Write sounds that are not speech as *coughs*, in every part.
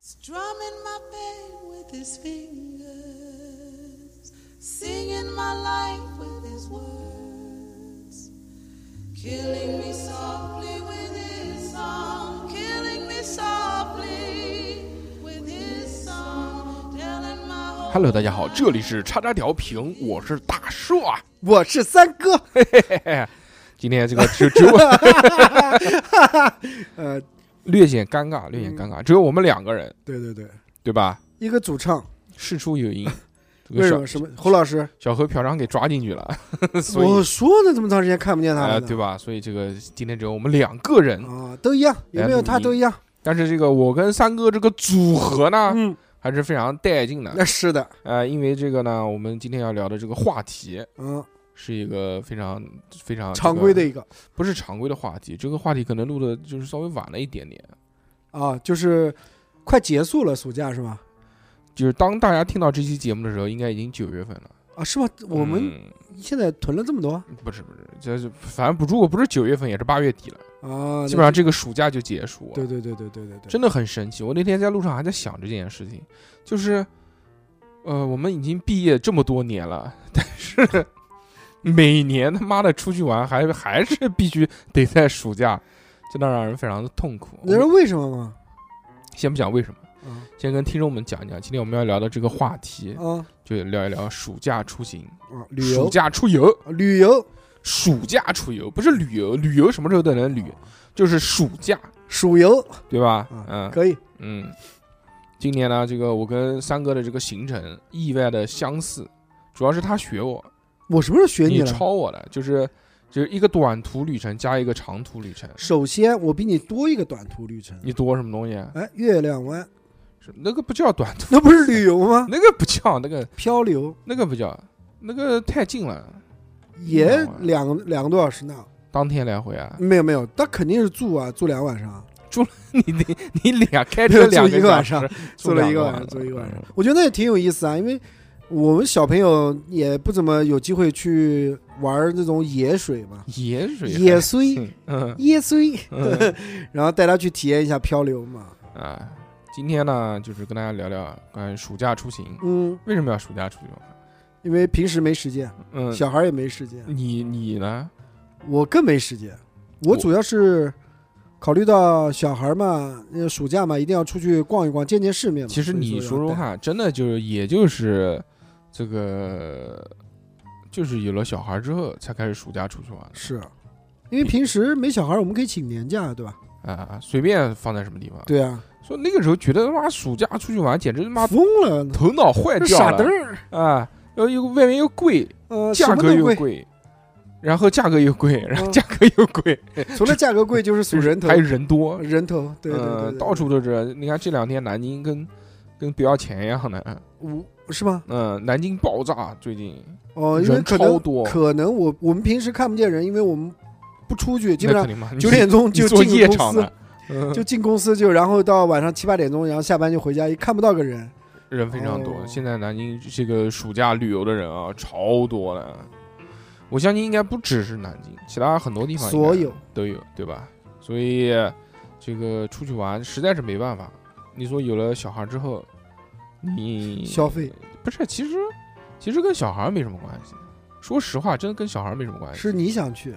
Strumming my pain with his fingers, singing my life with his words, killing me softly with his song, killing me softly with his song, telling my whole Hello，大家好，这里是叉叉调频，我是大硕。啊我是三 *laughs* 哥，今天这个只只有 *laughs* 呃，略显尴尬，略显尴嗯尬，只有我们两个人，对对对，对吧？一个主唱，事出有因，这为个什小么什么侯老师？小何嫖娼给抓进去了，所以我说呢，这么长时间看不见他呃，了呢，对吧？所以这个今天只有我们两个人，啊，都一样，有没有他都一样，但是这个我跟三哥这个组合呢，嗯，还是非常带劲的。那是的，呃，因为这个呢，我们今天要聊的这个话题嗯，是一个非常非常这个常规的，一个不是常规的话题。这个话题可能录的就是稍微晚了一点点。啊，就是快结束了暑假是吧？就是当大家听到这期节目的时候，应该已经九月份了。啊，是吗？我们嗯现在囤了这么多啊，不是不是，就是反正不，如果不是九月份，也是八月底了。啊那基本上这个暑假就结束了。呃对对对对对对对，真的很神奇。我那天在路上还在想这件事情，就是，呃，我们已经毕业这么多年了， *laughs* 但是每年他妈的出去玩还 *laughs* 还是必须得在暑假，真的让人非常的痛苦。你知道为什么吗？先不讲为什么，啊先跟听众们讲一讲，今天我们要聊的这个话题，啊就聊一聊暑假出行、啊，旅暑游假出游、啊旅游暑假出游，不是旅游，旅游什么时候都能哦旅，就是暑假，暑啊游对吧？啊嗯，，可以，嗯，今年呢，这个我跟三哥的这个行程意外的相似，主要是他学我，我什么时候学你了？抄我的，就是就是一个短途旅程加一个长途旅程。首先，我比你多一个短途旅程。你多什么东西啊？哎，月亮湾 *laughs* 是那个不叫短途，那不是旅游吗？那个不叫， *laughs* 那个漂流那个不叫，那个太近了，也那玩意儿两两个多小时呢。当天来回啊。没有没有，他肯定是住啊，住两晚上，你你你俩开车住两一个小晚时上， *laughs* 住住了两一个个晚晚上上，住了一个晚上嗯。我觉得那也挺有意思啊，因为我们小朋友也不怎么有机会去玩这种野水嘛，野水野还炊，近嗯 *laughs* 野炊，嗯 *laughs* 然后带他去体验一下漂流嘛。啊。今天呢，就是跟大家聊聊关于暑假出行，嗯，为什么要暑假出去玩？因为平时没时间，嗯，小孩也没时间，你你呢？嗯我更没时间。我我主要是考虑到小孩嘛，呃暑假嘛，一定要出去逛一逛，见见世面嘛。其实所以你要说说带看，真的就是，也就是这个，就是有了小孩之后才开始暑假出去玩是，因为平时没小孩，我们可以请年假，对吧？啊，随便放在什么地方。对啊，所以那个时候觉得他妈暑假出去玩，简直他妈疯了，头脑坏那掉傻嘚了儿，啊！又又外面又贵，呃，价什么格都又贵，贵，然后价格又贵，然后嗯价格又贵，除了价格贵就是数人头还，有人多，人头，对对对嗯对，到处都是。你看这两天南京跟跟不要钱一样的， *laughs* 五是吗？嗯，南京爆炸最近。哦，因为人可超能多，可能我我们平时看不见人，因为我们不出去，基本那肯上定嘛，你九点钟你就做进夜公场司的，，嗯 *laughs* 就进公司就然后到晚上七八点钟，然后下班就回家，也看不到个人。人非常多哦。现在南京这个暑假旅游的人啊，超多了。我相信应该不只是南京，其他很多地方应该所有都有，对吧？所以这个出去玩实在是没办法。你说有了小孩之后，你 *laughs* 消费不是？其实其实跟小孩没什么关系。说实话，真的跟小孩没什么关系。是你想去，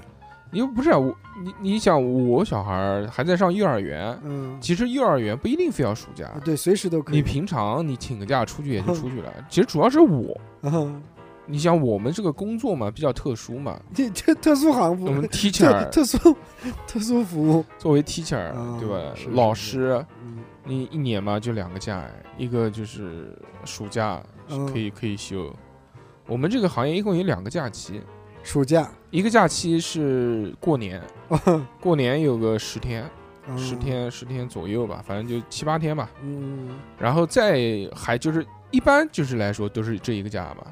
你又不是啊我，你你想我小孩还在上幼儿园，嗯，其实幼儿园不一定非要暑假啊，对，随时都可你以。平常你请个假出去也就出去 *laughs* 了。其实主要是我，啊，你想我们这个工作嘛比较特殊 *laughs* 嘛，这这特殊行我们服，特 teacher 特殊 *laughs* 特殊服务，作为 teacher 啊对吧是是？老师，嗯，你一年嘛就两个假，一个就是暑假是嗯可以可以休。我们这个行业一共有两个假期，暑假。一个假期是过 *laughs* 年，过年有个十天，嗯十，天十天左右吧，反正就七八天吧。嗯，然后再还就是一般就是来说都是这一个假吧，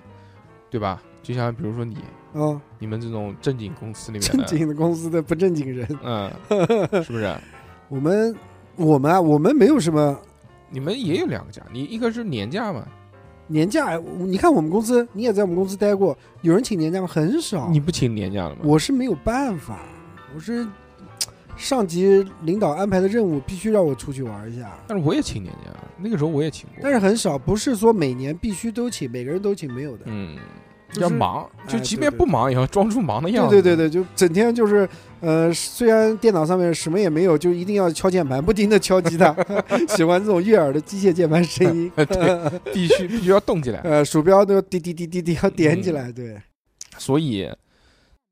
对吧？就像比如说你，啊，你们这种正经公司里面正的，经的公司的不正经人， *laughs* 嗯，是不是？我们我们啊，我们没有什么你们也有两个假，你一个是年假嘛，年假。你看我们公司，你也在我们公司待过，啊有人请年假吗？很少。你不请年假了吗？我是没有办法，我是上级领导安排的任务必须让我出去玩一下，但是我也请年假，那个时候我也请过。但是很少，不是说每年必须都请，每个人都请没有的。嗯，就是要忙，就哎即对便对不忙也要装出忙的嗯样对子。对对对，就整天就是，呃，虽然电脑上面什么也没有，就一定要敲键盘，不停的敲 *laughs* 吉他，喜欢这种悦耳的机械键盘声音，对，必须必须要动起来。 *laughs* 呃，鼠标都滴滴滴滴滴要点起嗯来，对，所以，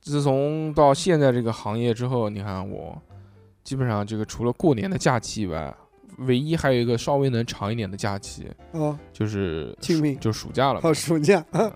自从到现在这个行业之后，你看我基本上这个除了过年的假期以外，唯一还有一个稍微能长一点的假期哦，就是清明就暑假了嘛。好暑假， *laughs* 嗯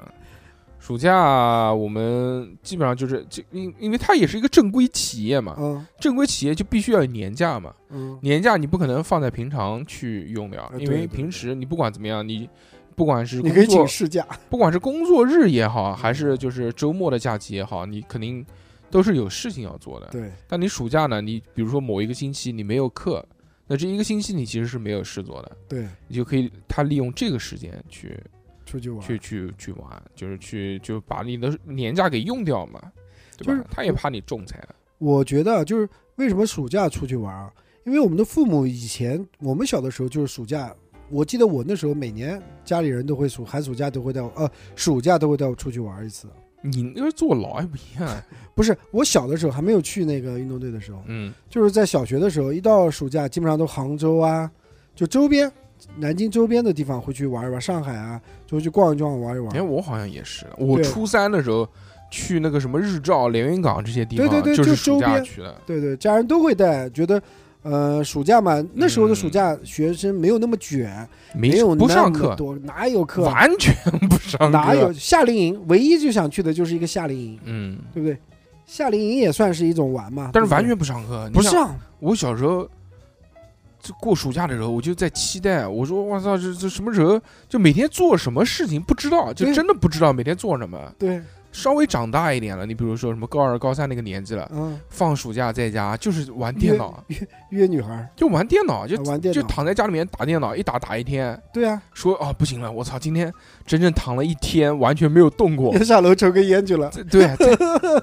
暑假我们基本上就是这，因因为它也是一个正规企业嘛，嗯正规企业就必须要有年假嘛。嗯，年假你不可能放在平常去用的呀，呃因对为对平对时你不管怎么样，你不管是你工可以作请，事假，不管是工作日也好，还嗯是就是周末的假期也好，你肯定都是有事情要做的。对，但你暑假呢，你比如说某一个星期你没有课，那这一个星期你其实是没有事做的，对，你就可以他利用这个时间去出去玩，去去去玩，就是去就把你的年假给用掉嘛，对吧？就是他也怕你仲裁了，我觉得啊就是为什么暑假出去玩啊？因为我们的父母以前，我们小的时候就是暑假，我记得我那时候每年家里人都会暑寒暑假都会带我，呃，暑假都会带我出去玩一次。你那个坐牢也不一 *laughs* 样啊，不是我小的时候还没有去那个运动队的时候，嗯，就是在小学的时候，一到暑假基本上都杭州啊，就周边南京周边的地方会去玩一玩，上海啊就会去逛一逛玩一玩。哎，我好像也是，我对初三的时候去那个什么日照、连云港这些地方，对对对就是就暑周假边去的。对对，家人都会带，觉得呃暑假嘛，那时候的暑假、学生没有那么卷，没有不那上么课，多哪有课？啊完 *laughs* 全不上课，哪有？夏令营？唯一就想去的就是一个夏令营，嗯，对不对？夏令营也算是一种玩嘛，但是完对全不上课，不对不啊你想。上，我小时候。就过暑假的时候，我就在期待，我说我操，这这什么时候就每天做什么事情不知道，就对真的不知道每天做什么。对，稍微长大一点了，你比如说什么高二、高三那个年纪了，嗯，放暑假在家就是玩电脑，约女孩儿，就玩电脑，就啊玩电就脑躺在家里面打电脑，一打打一天，对啊，。说啊不行了，我操，今天整整躺了一天，完全没有动过下楼抽根烟去了，在对， *laughs* 在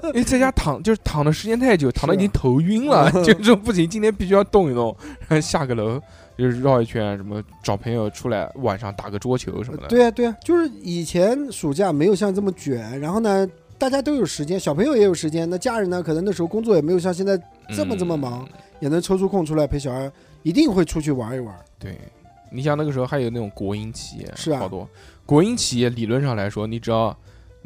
因为在家躺就是躺的时间太久，躺的已啊经头晕 *laughs* 了，就说不行，今天必须要动一动，然后下个楼就是绕一圈，什么找朋友出来晚上打个桌球什么的。对啊，对啊，就是以前暑假没有像这么卷，然后呢，大家都有时间，小朋友也有时间，那家人呢，可能那时候工作也没有像现在嗯这么这么忙，也能抽出空出来陪小孩，一定会出去玩一玩，对，你像那个时候还有那种国营企业，是啊。好多国营企业理论上来说，你只要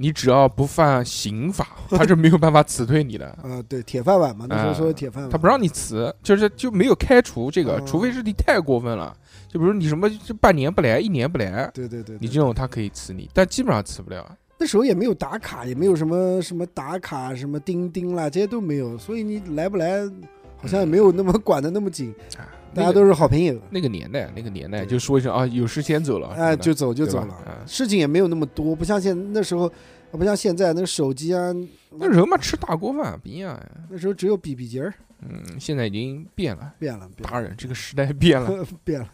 你只要不犯刑法，他是没有办法辞退你的 *laughs* 呃，对，铁饭碗嘛，那时候哎说的铁饭碗，他不让你辞，就是就没有开除这个，嗯除非是你太过分了，就比如你什么就半年不来，一年不来，对，对对对，你这种他可以辞你，但基本上辞不了。啊那时候也没有打卡，也没有什么什么打卡、什么钉钉啦，这些都没有，所以你来不来，好像也没有那么管的那么紧，啊大家都是好朋友，那个年代，那个年代对就说一声啊，有事先走了，哎，什么啊的就走就对走吧了，嗯事情也没有那么多，不像现那时候，不像现在那个手机啊，那人嘛吃大锅饭不一样呀，那时候只有比比节儿，嗯，现在已经变了，变了，变大人这个时代 *laughs* 变了， *laughs* 了，变啊了，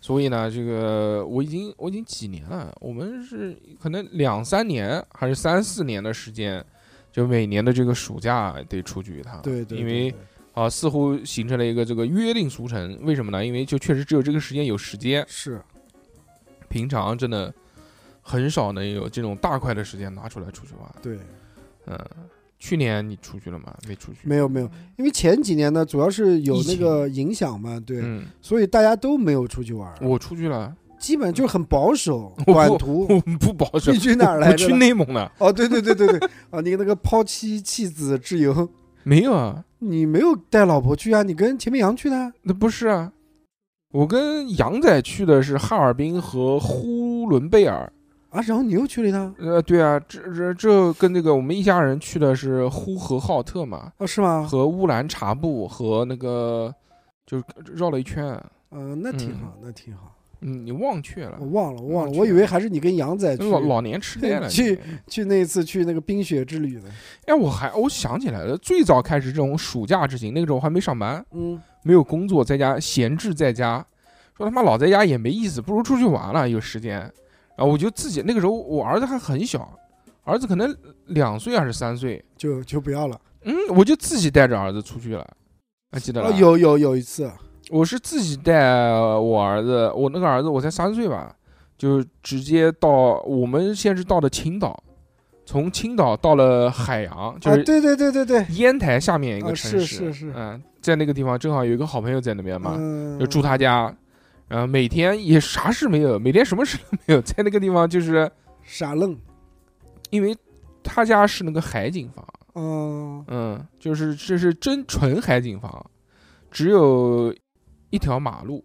所以呢，这个我已经我已经几年了，我们是可能两三年还是三四年的时间，就每年的这个暑假得出去一趟，对对，因对为对啊，似乎形成了一个这个约定俗成，为什么呢？因为就确实只有这个时间有时间，是平常真的很少能有这种大块的时间拿出来出去玩，对，嗯。去年你出去了吗？没出去。没有没有，因为前几年呢，主要是有疫那情个影响嘛，对，嗯，所以大家都没有出去玩，我出去 *laughs* 了，基本就很保守，不短途。我不保守你。去哪儿来我着去呢？内蒙了， *laughs* 哦，对对对对对，啊，你那个抛妻弃子之游，没有啊，你没有带老婆去啊？你跟钱明阳去的啊？那不是啊。我跟杨仔去的是哈尔滨和呼伦贝尔，啊，然后你又去了一趟，呃，对啊，这这这跟那个我们一家人去的是呼和浩特嘛，哦，是吗？和乌兰察布和那个就是绕了一圈，啊嗯，那挺好，那挺好。嗯，你忘却了我，忘了，我忘了，忘嗯我去以为还是你跟杨仔去老老年痴呆了。去你去那次去那个冰雪之旅的。哎，我还我想起来了，最早开始这种暑假之行，那个时候我还没上班，嗯，没有工作，在家闲置在家，说他妈老在家也没意思，不如出去玩了，有时间。然后我就自己那个时候我儿子还很小，儿子可能两岁还是三岁，就就不要了。嗯，我就自己带着儿子出去了。还记得哦，了？有有有一次，我是自己带我儿子，我那个儿子我才三岁吧，就直接到我们先是到的青岛，从青岛到了海洋，就啊，是对对对对对，烟台下面一个啊城市，是是是嗯，在那个地方正好有一个好朋友在那边嘛，嗯，就住他家，然后每天也啥事没有，每天什么事都没有，在那个地方就是傻愣，因为他家是那个海景房，嗯，嗯，就是这是真纯海景房，只有一条马路，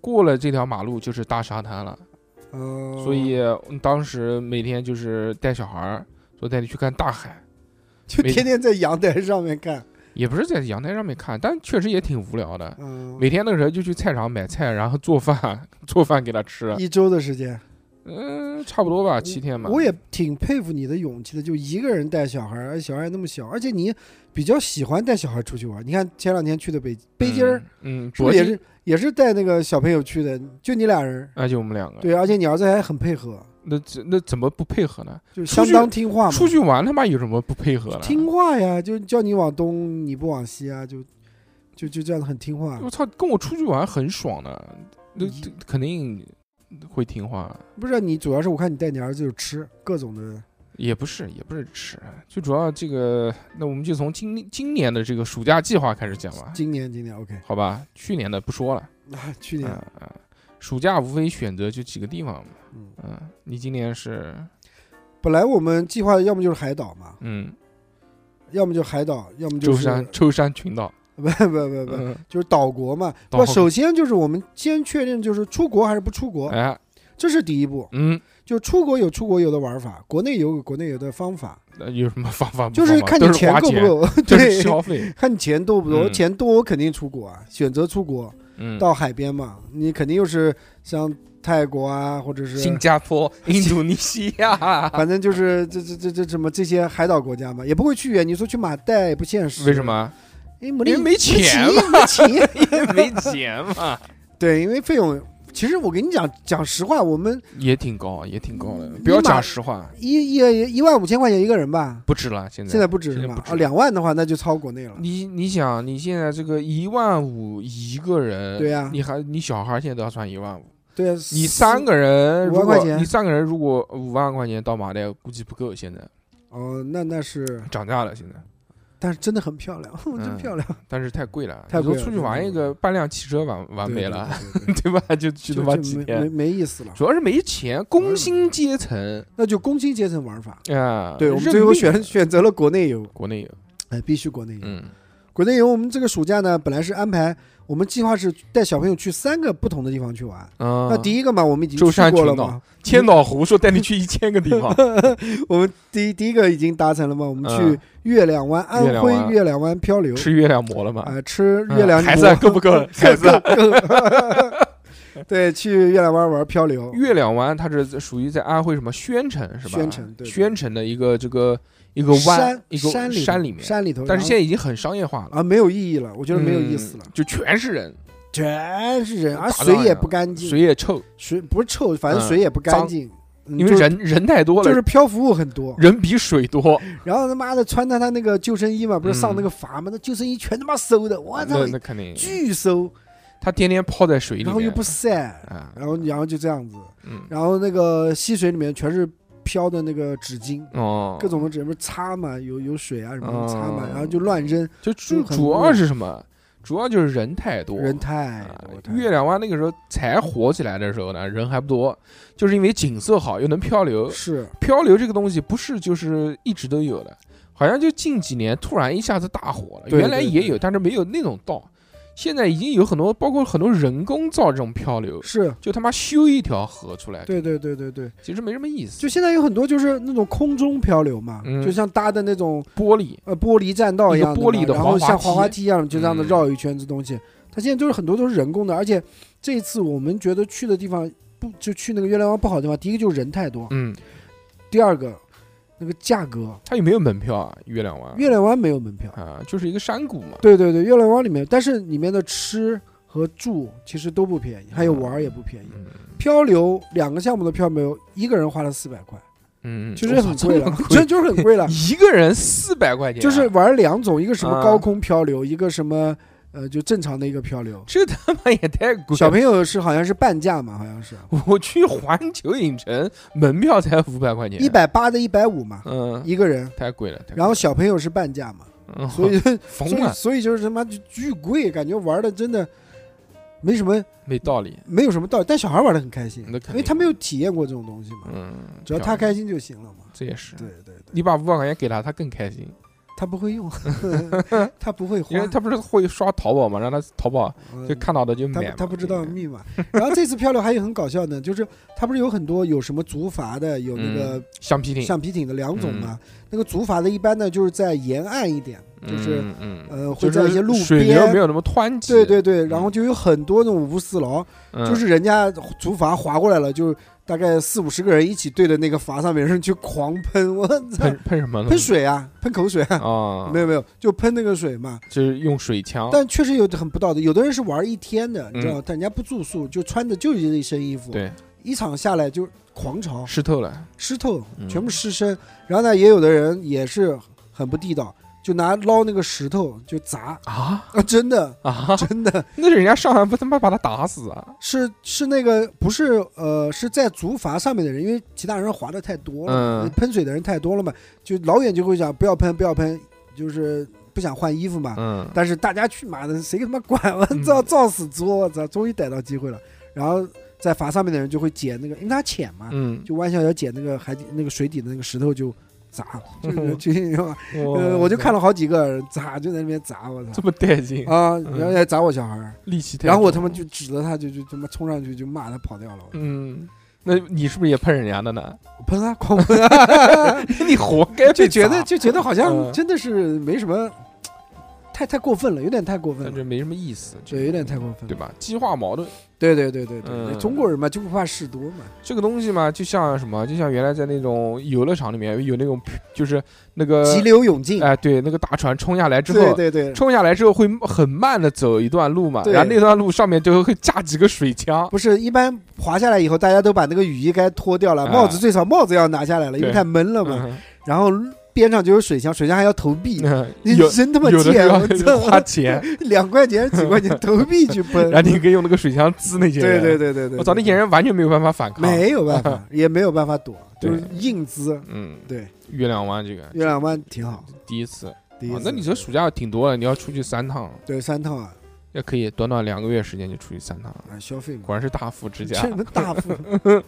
过了这条马路就是大沙滩了。哦所以嗯当时每天就是带小孩儿，说带你去看大海，就每天天在阳台上面看，也不是在阳台上面看，但确实也挺无聊的。嗯，每天那个时候就去菜场买菜，然后做饭， *laughs* 做饭给他吃。一周的时间，嗯，差不多吧，七天吧。我也挺佩服你的勇气的，就一个人带小孩儿，而哎小孩儿那么小，而且你比较喜欢带小孩儿出去玩儿。你看前两天去的北北京儿，嗯，嗯，是不铂是也金是也是带那个小朋友去的？就你俩人儿，那哎就我们两个。对，而且你儿子还很配合，那这那怎么不配合呢？就出相去当听话嘛，出去玩他妈有什么不配合的？听啊话呀，就叫你往东你不往西啊，就就就这样的很听话我。操，跟我出去玩很爽的，那你这肯定会听话。不是你，主要是我看你带你儿子就吃各种的，也不是，也不是吃，就主要这个，那我们就从今今年的这个暑假计划开始讲吧，今年今年 OK 好吧？去年的不说了，啊，去嗯年、嗯，暑假无非选择就几个地方嘛，嗯嗯，你今年是，本来我们计划要么就是海岛嘛，嗯，要么就海岛，要么就舟是山舟山群岛， *laughs* 不不不不，嗯，就是岛国嘛。岛国不，首先就是我们先确定就是出国还是不出国，哎，这是第一步。嗯，就出国有出国有的玩法，国内有国内有的方法，那有什么方法不就方是法看都你是花够不钱， *laughs* 够，都是对，消 *laughs* 费，看你钱多不多，嗯钱多我肯定出国啊，选择出国嗯，到海边嘛，你肯定又是像泰国啊，或者是新加 *laughs* 坡、印度尼西亚，反正就是这这这这什么这些海岛国家嘛，也不会去啊远。你说去马代也不现实，为什？么？因为没因为没钱没钱， *laughs* 没钱 *laughs* 没钱嘛，对，因为费用。其实我跟你讲，讲实话，我们也挺高，啊也挺高的，你不要买讲实话，一一一万五千块钱一个人吧，不值了，现在现在不止嗯现是在不？吧止啊，两万的话那就超国内了。你你想，你现在这个一万五一个人，对呀你还你小孩现在都要算一万五，对啊，你三个人五如万果块钱你三个人如果五万块钱到马代估计不够，现在哦，那那是，涨价了，现在，但是真的很漂亮，嗯真漂亮，但是太贵了，太贵了你说出去玩一个半辆汽车玩玩没了，对，对对 *laughs* 对对吧？就去对他就妈就几没没天，嗯没意思了。主要是没钱，工薪阶层那就工薪阶层玩法，啊，嗯对我们认最后命选选择了国内游，国内有，哎，必须国内游。嗯国内游我们这个暑假呢，本来是安排我们计划是带小朋友去三个不同的地方去玩。啊，那第一个嘛，我们已经舟去山过了群岛嘛，千岛湖说带你去一千个地 *laughs* 方，我们第一第一个已经达成了嘛，我们去嗯月亮湾，月安亮徽湾月亮湾漂 *laughs* 流，吃月亮馍了吗？啊，吃嗯月亮孩馍子够不够？ *laughs* 孩子。啊对，去月亮湾玩漂流，月亮湾它是属于在安徽什么宣城是吧？宣城对对宣城的一个这个一个湾山，一个山里山里面。山里头，但然是后现在已经很商业化了，啊没有意义了，我觉得没有意思了嗯，，就全是人，全是人，而打水仗也呀不干净，水也臭，水不是臭，反正嗯水也不干脏净，嗯因为就人人太多就了是。漂浮物很多，人比水多，然后他妈的穿他他那个救生衣嘛，不是上嗯啊那个筏嘛，那救生衣全他妈馊的，我操那，那肯定，啊巨馊，他天天泡在水里面，然后又不晒，啊，然后然后就这样子，嗯，然后那个溪水里面全是飘的那个纸巾。哦，各种的纸巾不是擦嘛，有有水啊什么的擦嘛，哦然后就乱扔，就就主很主多要是什么？主要就是人太多，人太啊多太月亮湾那个时候才火起来的时候呢，人还不多，就是因为景色好，又能漂流，是漂流这个东西不是就是一直都有的，好像就近几年突然一下子大火了。对原来对也对有，但是没有那种道。现在已经有很多，包括很多人工造这种漂流，是，就他妈修一条河出来，对对对对对，其实没什么意思。就现在有很多就是那种空中漂流嘛，嗯就像搭的那种玻璃，呃玻璃栈道一样个的嘛，玻璃的然滑后滑像滑滑梯梯一样，就这样的嗯绕一圈子东西。它现在就是很多都是人工的，而且这一次我们觉得去的地方不就去那个月亮湾不好的地方，第一个就是人太多，嗯，第二个那个价格，它有没有门票啊？月亮湾月亮湾没有门票。啊，就是一个山谷嘛。对对对，月亮湾里面，但是里面的吃和住其实都不便宜，还有玩儿也不便宜。嗯漂流两个项目的漂流，一个人花了四百块，嗯，其实很哇这贵么了，真就 *laughs* 是很贵了。一个人四百块钱啊，就是玩两种，一个什么啊高空漂流，一个什么呃，就正常的一个漂流。这他妈也太贵小了！朋友是好像是半价嘛，好像是我去环球影城门票才五百块钱，一，百八的一百五嘛，嗯，一个人。太贵了。太贵了然后小朋友是半价嘛，嗯所 *laughs* 以所疯以了，所以就是他妈就巨贵，感觉玩的真的没什么，没道理。没有什么道理。但小孩玩的很开心，那肯定因为他没有体验过这种东西嘛，嗯，只要他开心就行了嘛。这也是。对对对，你把五百块钱给他，他更开心，他不 *laughs* 会用，他不会因花为，他不是会刷淘宝嘛，让他淘宝嗯就看到的就他买嘛。嗯他不知道应该密码。然后这次漂流还有很搞笑的，就是他不是有很多有什么竹筏的，有那个橡皮艇，橡皮艇的两种嘛。那个竹筏的一般呢就是在沿岸一点，就是嗯嗯，就呃会在一些是路水流没边。有那嗯么湍急。对对对，然后就有很多那种无私牢，嗯，就是人家竹筏划过来了，就是大概四五十个人一起对着那个筏上面人去狂喷，我操喷，喷什么了？喷水啊，喷口水 *laughs* 啊，啊，没有没有，就喷那个水嘛。就是用水枪。但确实有的很不道德，有的人是玩一天的，你知道，但人家不住宿，就穿的就是一身衣服，嗯对，一场下来就狂潮、湿透了。湿透，嗯全部湿身。然后呢，也有的人也是很不地道，就拿捞那个石头就砸，啊啊、真的啊！真的 *laughs* 那人家上岸不他妈把他打死啊？是是那个不是呃是在竹筏上面的人，因为其他人划的太多了，嗯喷水的人太多了嘛，就老远就会讲不要喷不要喷，就是不想换衣服嘛。嗯，但是大家去妈的，谁他妈管我 *laughs* 造造死猪！我操，终于逮到机会了。然后在筏上面的人就会捡那个，因为它浅嘛，嗯，就弯下腰捡那个海底那个水底的那个石头就砸， *laughs* 就是就呃，我我就看了好几个人砸，就在那边砸，我这嗯操么带劲，啊！然后还砸我小孩儿，力气太。然后我他妈，就指着他，就就他妈冲上去就骂他跑掉了，嗯，那你是不是也喷人家的呢？我喷他，狂喷啊， *laughs* 你活该就被觉得砸就觉得好像嗯真的是没什么，太太过分了，有点太过分但了，这没什么意思，这对，有点太过分了对。吧？激化矛盾对对对对对，嗯中国人嘛就不怕事多嘛，这个东西嘛，就像什么，就像原来在那种游乐场里面有那种，就是那个急流勇进。哎，对，那个大船冲下来之对后，对对，冲下来之后会很慢的走一段路嘛，对然后那段路上面就会架几个水枪，不是一般滑下来以后，大家都把那个雨衣该脱掉了，啊帽子最少帽子要拿下来了，因为对太闷了嘛。嗯然后边上就有水箱，水箱还要投币。嗯你有真他妈有的贱！我时候花操， *laughs* 钱，两块钱几块钱投币去喷， *laughs* 然后你可以用那个水枪滋那些对人。对对对对，我操，那些人完全没有办法反抗。没有办法，也没有办法躲，就对是硬资。嗯，对，月亮湾这个月亮湾挺好，第一次，第一啊次那你这暑假挺多了，你要出去三趟，对三套啊，也可以短短两个月时间就出去三趟了，啊消费嘛，果然是大富之家。什么大腹， *laughs*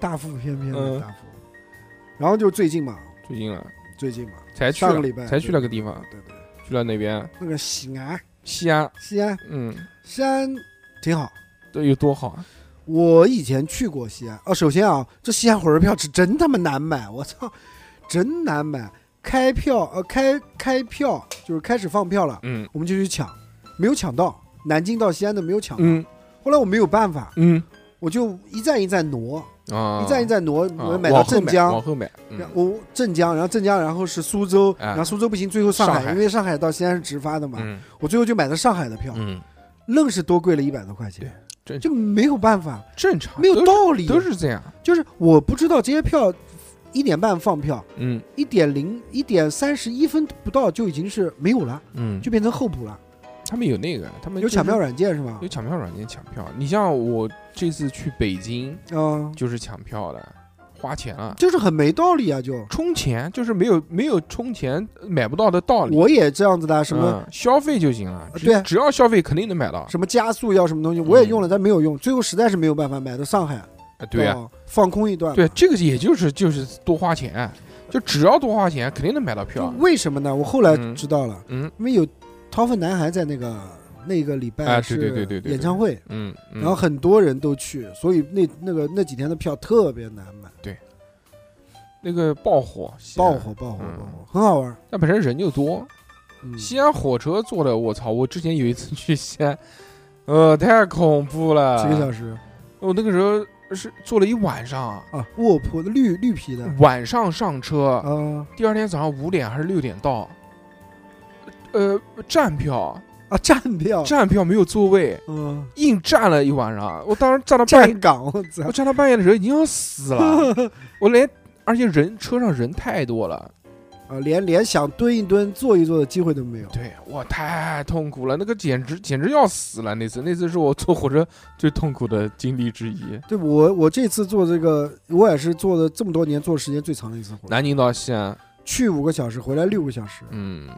大腹翩翩的嗯大腹。然后就最近嘛，最近了，最近嘛，才去上个了，礼拜才去了个地方，对对对，去了那边那个西安，西安，西安，嗯，西安挺好。这有多好啊？我以前去过西安哦，首先啊，这西安火车票是真他妈难买，我操，真难买。开票呃，开开票就是开始放票了，嗯我们就去抢，没有抢到，南京到西安的没有抢到。嗯后来我没有办法，嗯我就一站一站挪，啊，一站一站挪，啊我买到镇江，往后买，嗯往然后买，我镇江，然后镇江，然后是苏州，哎然后苏州不行，最后上上海因为上海到西安是直发的嘛，嗯我最后就买的上海的票，嗯，愣是多贵了一百多块钱，对正就没有办法，正常，没有都道理，是都是这样，就是我不知道这些票一点半放票，嗯一点零一点三十一分不到就已经是没有了，嗯，就变成候补了，他们有那个，他们嗯有就是抢票软件是吧有？抢票软件抢票，你像我这次去北京嗯，就是抢票的，花钱了，就是很没道理啊，就充钱就是没有没有充钱买不到的道理，我也这样子的，什么、嗯消费就行了，只对啊只要消费肯定能买到，什么加速要什么东西，我也用了，但没有用，最后实在是没有办法买到上海，啊对啊，到放空一段，对，这个也就是就是多花钱，就只要多花钱肯定能买到就票，为什么呢？我后来嗯知道了，嗯因为有掏粪男孩在那个那个礼拜哎是对对对对对对演唱会，嗯，嗯然后很多人都去，所以那那个那几天的票特别难买，那个爆火西安爆火爆火嗯爆火，很好玩。但本身人就多，嗯，西安火车坐的，我操！我之前有一次去西安，呃，太恐怖了。几个小啊时我那个时候是坐了一晚上，啊，卧铺绿绿皮的晚上上车，啊第二天早上五点还是六点到。呃，站票，啊站票，站票没有座位，嗯，硬站了一晚上。我当时站到半夜站，岗，我操我，站到 *laughs* 半夜的时候已经要死了，我连而且人车上人太多了，啊，连连想蹲一蹲、坐一坐的机会都没有。对，哇，太痛苦了，那个简直简直要死了。那次，那次是我坐火车最痛苦的经历之一。对我，我这次坐这个，我也是坐的这么多年坐时间最长的一次火车，南京到西安，去五个小时，回来六个小时，嗯，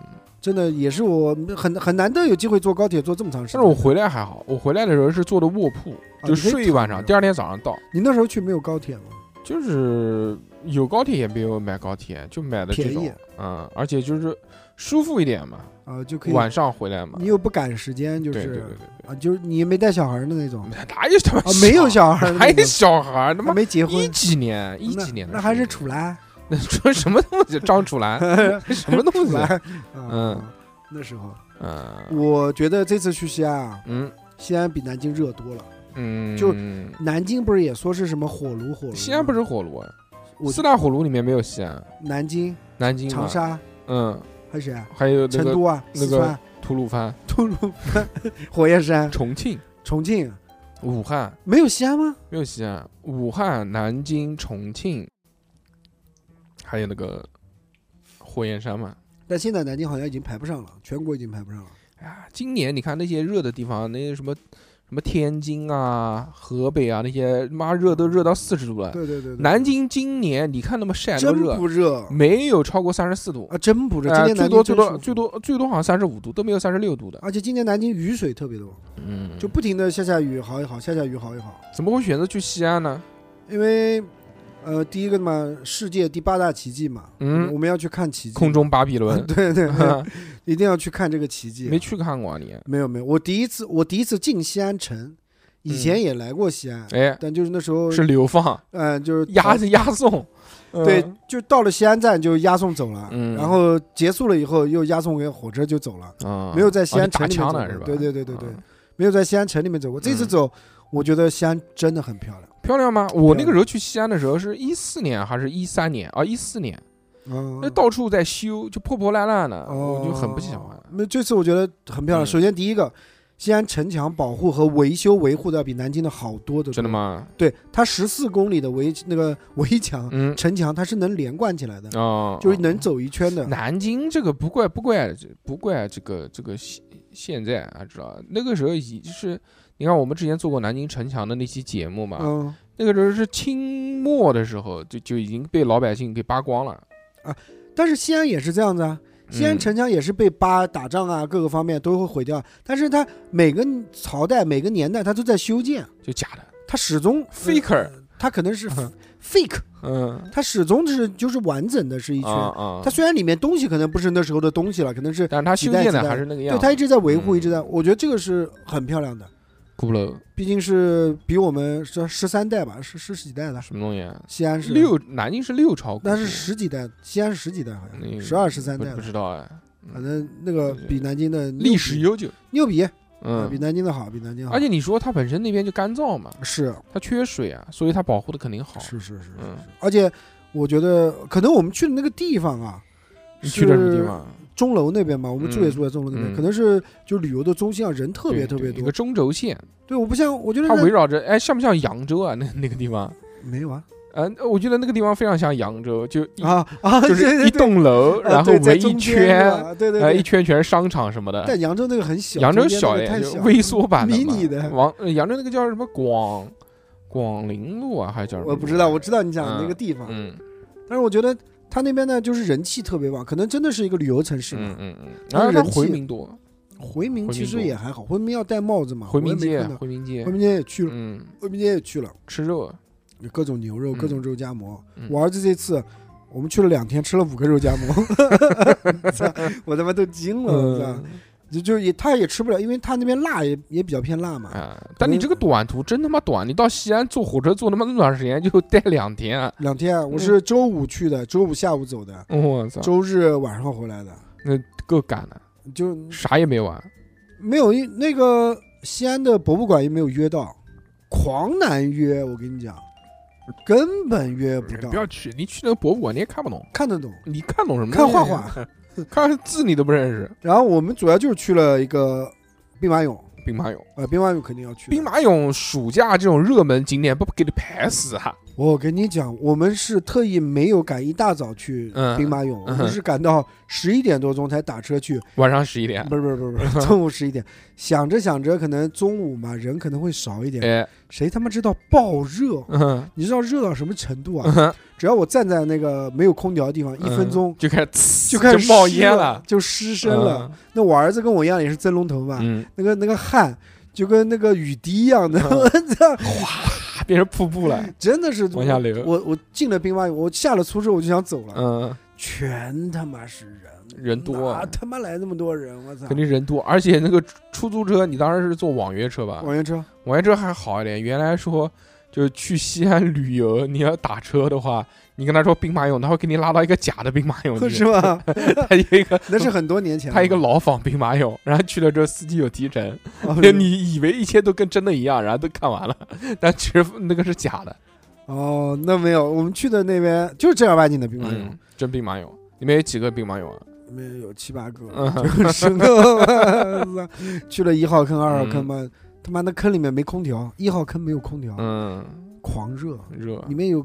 真的也是我很很难得有机会坐高铁坐这么长时但是我间。回来还好，我回来的时候是坐的卧铺，啊你就可以睡一晚上，躺着第二天早上到。你那时候去没有高铁吗？就是有高铁也没有买高铁，就买的这便种宜，嗯，而且就是舒服一点嘛，啊，就可以，晚上回来嘛。你又不赶时间，就对对是对啊，就是你没带小孩的那种对，哪有他妈啊，没有小孩的还那种，小孩儿，他还妈没结婚一，几年一那几年的那事还是情 *laughs* 处男，那说什么东西？张楚 *laughs* 岚什么东处西？男，嗯嗯，那时候嗯我觉得这次去西安啊，嗯西安比南京热多了。嗯，就南京不是也说是什么火炉火炉吗？西安不是火炉啊，我四大火炉里面没有西安，南京、南京嘛长，沙嗯，还有谁啊？还有那成个都啊，那四个川、吐鲁番、吐鲁番、火焰山、重庆、重庆，啊武汉没有西安吗？没有西安，武汉、南京、重庆，还有那个火焰山嘛。但现在南京好像已经排不上了，全国已经排不上了。哎呀，今年你看那些热的地方，那些什么什么天津啊、河北啊那些，妈热都热到四十度了。对对对对，啊南京今年你看那么晒多真热，不热没有超过三十四度，啊，真不热。今呃年最南多京最真多舒最服，多最多好像三十五度，都没有三十六度的。而且今年南京雨水特别多，嗯，就不停的下下雨，好一好，下下雨好一好。怎么会选择去西安呢？因为，呃，第一个嘛，世界第八大奇迹嘛，嗯我们要去看奇迹，，空中巴比伦 *laughs* 对对对，一定要去看这个奇迹。 *laughs* 没去看过啊你？没有没有，我第一次我第一次进西安城，以前也来过西安，哎，但就是那时候是流放嗯、就是押逃押送，嗯对，就到了西安站就押送走了，嗯然后结束了以后又押送给火车就走了，啊，没有在西啊安你打城里面枪走呢过是吧？对对对对对，嗯没有在西安城里面走过。这次嗯走，我觉得西安真的很漂亮。漂亮吗？我那亮个时候去西安的时候是一四年还是一三年啊？一四年，嗯，那到处在修，就破破烂烂的，哦我就很不喜欢。那这次我觉得很漂亮。嗯首先第一个，西安城墙保护和维修维护的要比南京的好多的。真的？吗？对，它十四公里的围那个围墙、嗯，城墙，它是能连贯起来的，哦，就是能走一圈的。南京这个不怪不怪不怪这个这个现现在啊，知道吧那个时候已就是你看我们之前做过南京城墙的那期节目嘛，嗯那个时候是清末的时候就就已经被老百姓给扒光了。嗯但是西安也是这样子啊，西安城墙也是被扒、打仗啊，各个方面都会毁掉。但是它每个朝代、每个年代，它都在修建，嗯就假的它始终嗯 faker，它可能是 fake，嗯，它始终是就是完整的是一圈。啊啊它，虽然里面东西可能不是那时候的东西了，可能是但是他修几代建几的代还是那个样对子，它一直在维护，嗯一直在，我觉得这个是很漂亮的，鼓楼毕竟是比我们十十三代吧，是是十几代的什么东西啊？西安是，六南京是六朝古都，那是十几代，西安是十几代好那像，个十二十三代不不的，知道哎，反正那个比南京的历史悠久，牛逼，啊嗯比，南京的好，比南京好，而且你说它本身那边就干燥嘛，是它缺水啊，所以它保护的肯定好。是是是是嗯，而且我觉得可能我们去的那个地方啊，你去了什么地？方？钟楼那边嘛，我们住也住在钟楼那边，嗯可能是就旅游的中心啊，人特别对特别对一个多。中轴线，对，我不像，我觉得它在围绕着，哎，像不像扬州啊？那 *laughs* 那个地方，没有啊嗯，我觉得那个地方非常像扬州，就一啊啊，就对是对一对栋楼，啊然后对在围一中间是圈，吧对对哎，一对。圈全是商场什么的。但扬州那个很小，扬州中间那小个一太点，就小了，微缩版的迷嘛你的。王呃扬州那个叫什么广广陵路啊，还是叫什么？我不知道，我。知道你嗯讲的那个地方，嗯但是我觉得它那边呢，就是人气特别旺，可能真的是一个旅游城市嗯嘛。嗯嗯，它然后人它回气民多，回民回其民实多也还好，回民要戴帽子嘛，回民我也没街啊看，到回民街回，民街也去了，嗯，回民街也去了。吃肉，啊有各种牛肉、嗯各种肉夹馍。嗯我儿子这次我们去了两天，吃了五个肉夹 *laughs* 馍，操我他妈都惊嗯了，我操！就就也他也吃不了，因为他那边辣也也比较偏辣嘛，啊！但你这个短途真他妈短，你到西安坐火车坐他妈那么长时间，就待两天啊！两天啊。我是周五去的，周五下午走的，我操，周日晚上回来的，够赶的，就啥也没玩。没有一那个西安的博物馆也没有约到，狂难约，我跟你讲，根本约不到不，要去，你去那个博物馆你也看不懂，看得懂，你看懂什么？看 *laughs* 画，画。看字你都不认识。然后我们主要就是去了一个兵马俑，兵马俑，呃，兵马俑肯定要去的，兵马俑暑假这种热门景点不给你排死啊？我跟你讲，我们是特意没有赶一大早去嗯兵马俑，我嗯们是赶到十一点多钟才打车去，晚上十一点，不是不是不是 *laughs* 不是，中午十一点。想着想着，可能中午嘛人可能会少一点，哎，谁他妈知道爆热？嗯你知道热到什么程度啊？哼，只要我站在那个没有空调的地方，一分钟嗯就开始就开始冒湿烟了，，就湿身了。那我儿子跟我一样也是蒸笼头嘛，嗯，那个那个汗就跟那个雨滴一样的，嗯，变成瀑布了， *laughs* 真的是往下流我我进了兵马俑，我下了苏州我就想走了，嗯，全他妈是人，人多啊哪他妈来那么多人，我操！肯定人多，而且那个出出租车，你当时是坐网约车吧？网约车，网约车还好一点，原来说。就是去西安旅游，你要打车的话，你跟他说兵马俑，他会给你拉到一个假的兵马俑里是吧？他有一个那是很多年前了，他一个老仿兵马俑，然后去了之后司机有提成，哦你以为一切都跟真的一样，然后都看完了，但其实那个是假的。哦，那没有，我们去的那边就是正儿八经的兵马嗯俑，，真兵马俑，里面有几个兵马俑啊？没有有七八个，嗯，十个， *laughs* 去了一号坑、二号坑嗯嘛，他妈那坑里面没空调，一号坑没有空调，嗯，狂热，热，里面有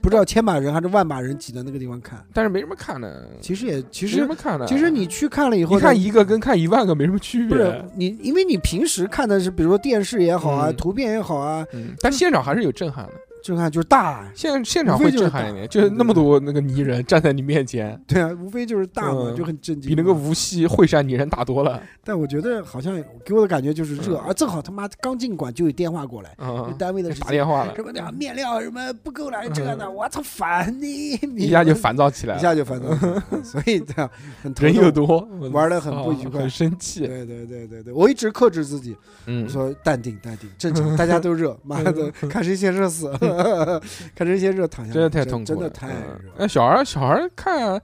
不知道千把人还是万把人挤在那个地方看，但是没什么看的。其实也其没实嗯什么看的，其实你去看了以后你呢，看一个跟看一万个没什么区不别是。你，因为你平时看的是比如说电视也好啊，嗯图片也好啊，嗯，但现场还是有震撼的，震撼就是大 *laughs* 啊，现现场会震撼一点，就是嗯那么多那个泥人站在你面前，对啊，无非就是大嘛，嗯就很震惊比嘛。那个无锡惠山泥人大多了。但我觉得好像给我的感觉就是热，嗯而正好他妈刚进馆就有电话过来，有嗯，单位的事打情电话了什，么的面料什么不够了，嗯这个的，我操烦你，一下就烦躁起来一了，嗯下就烦躁， *laughs* 所以这样很头人又痛多，啊玩的很不愉很快。生气。对对对对对，我一直克制自己，嗯，说淡定淡定，正常，大家都热，妈的，看谁先热死， *laughs* 看谁先热躺下来，真的太痛苦真了，的太嗯热那、。小孩儿小孩儿看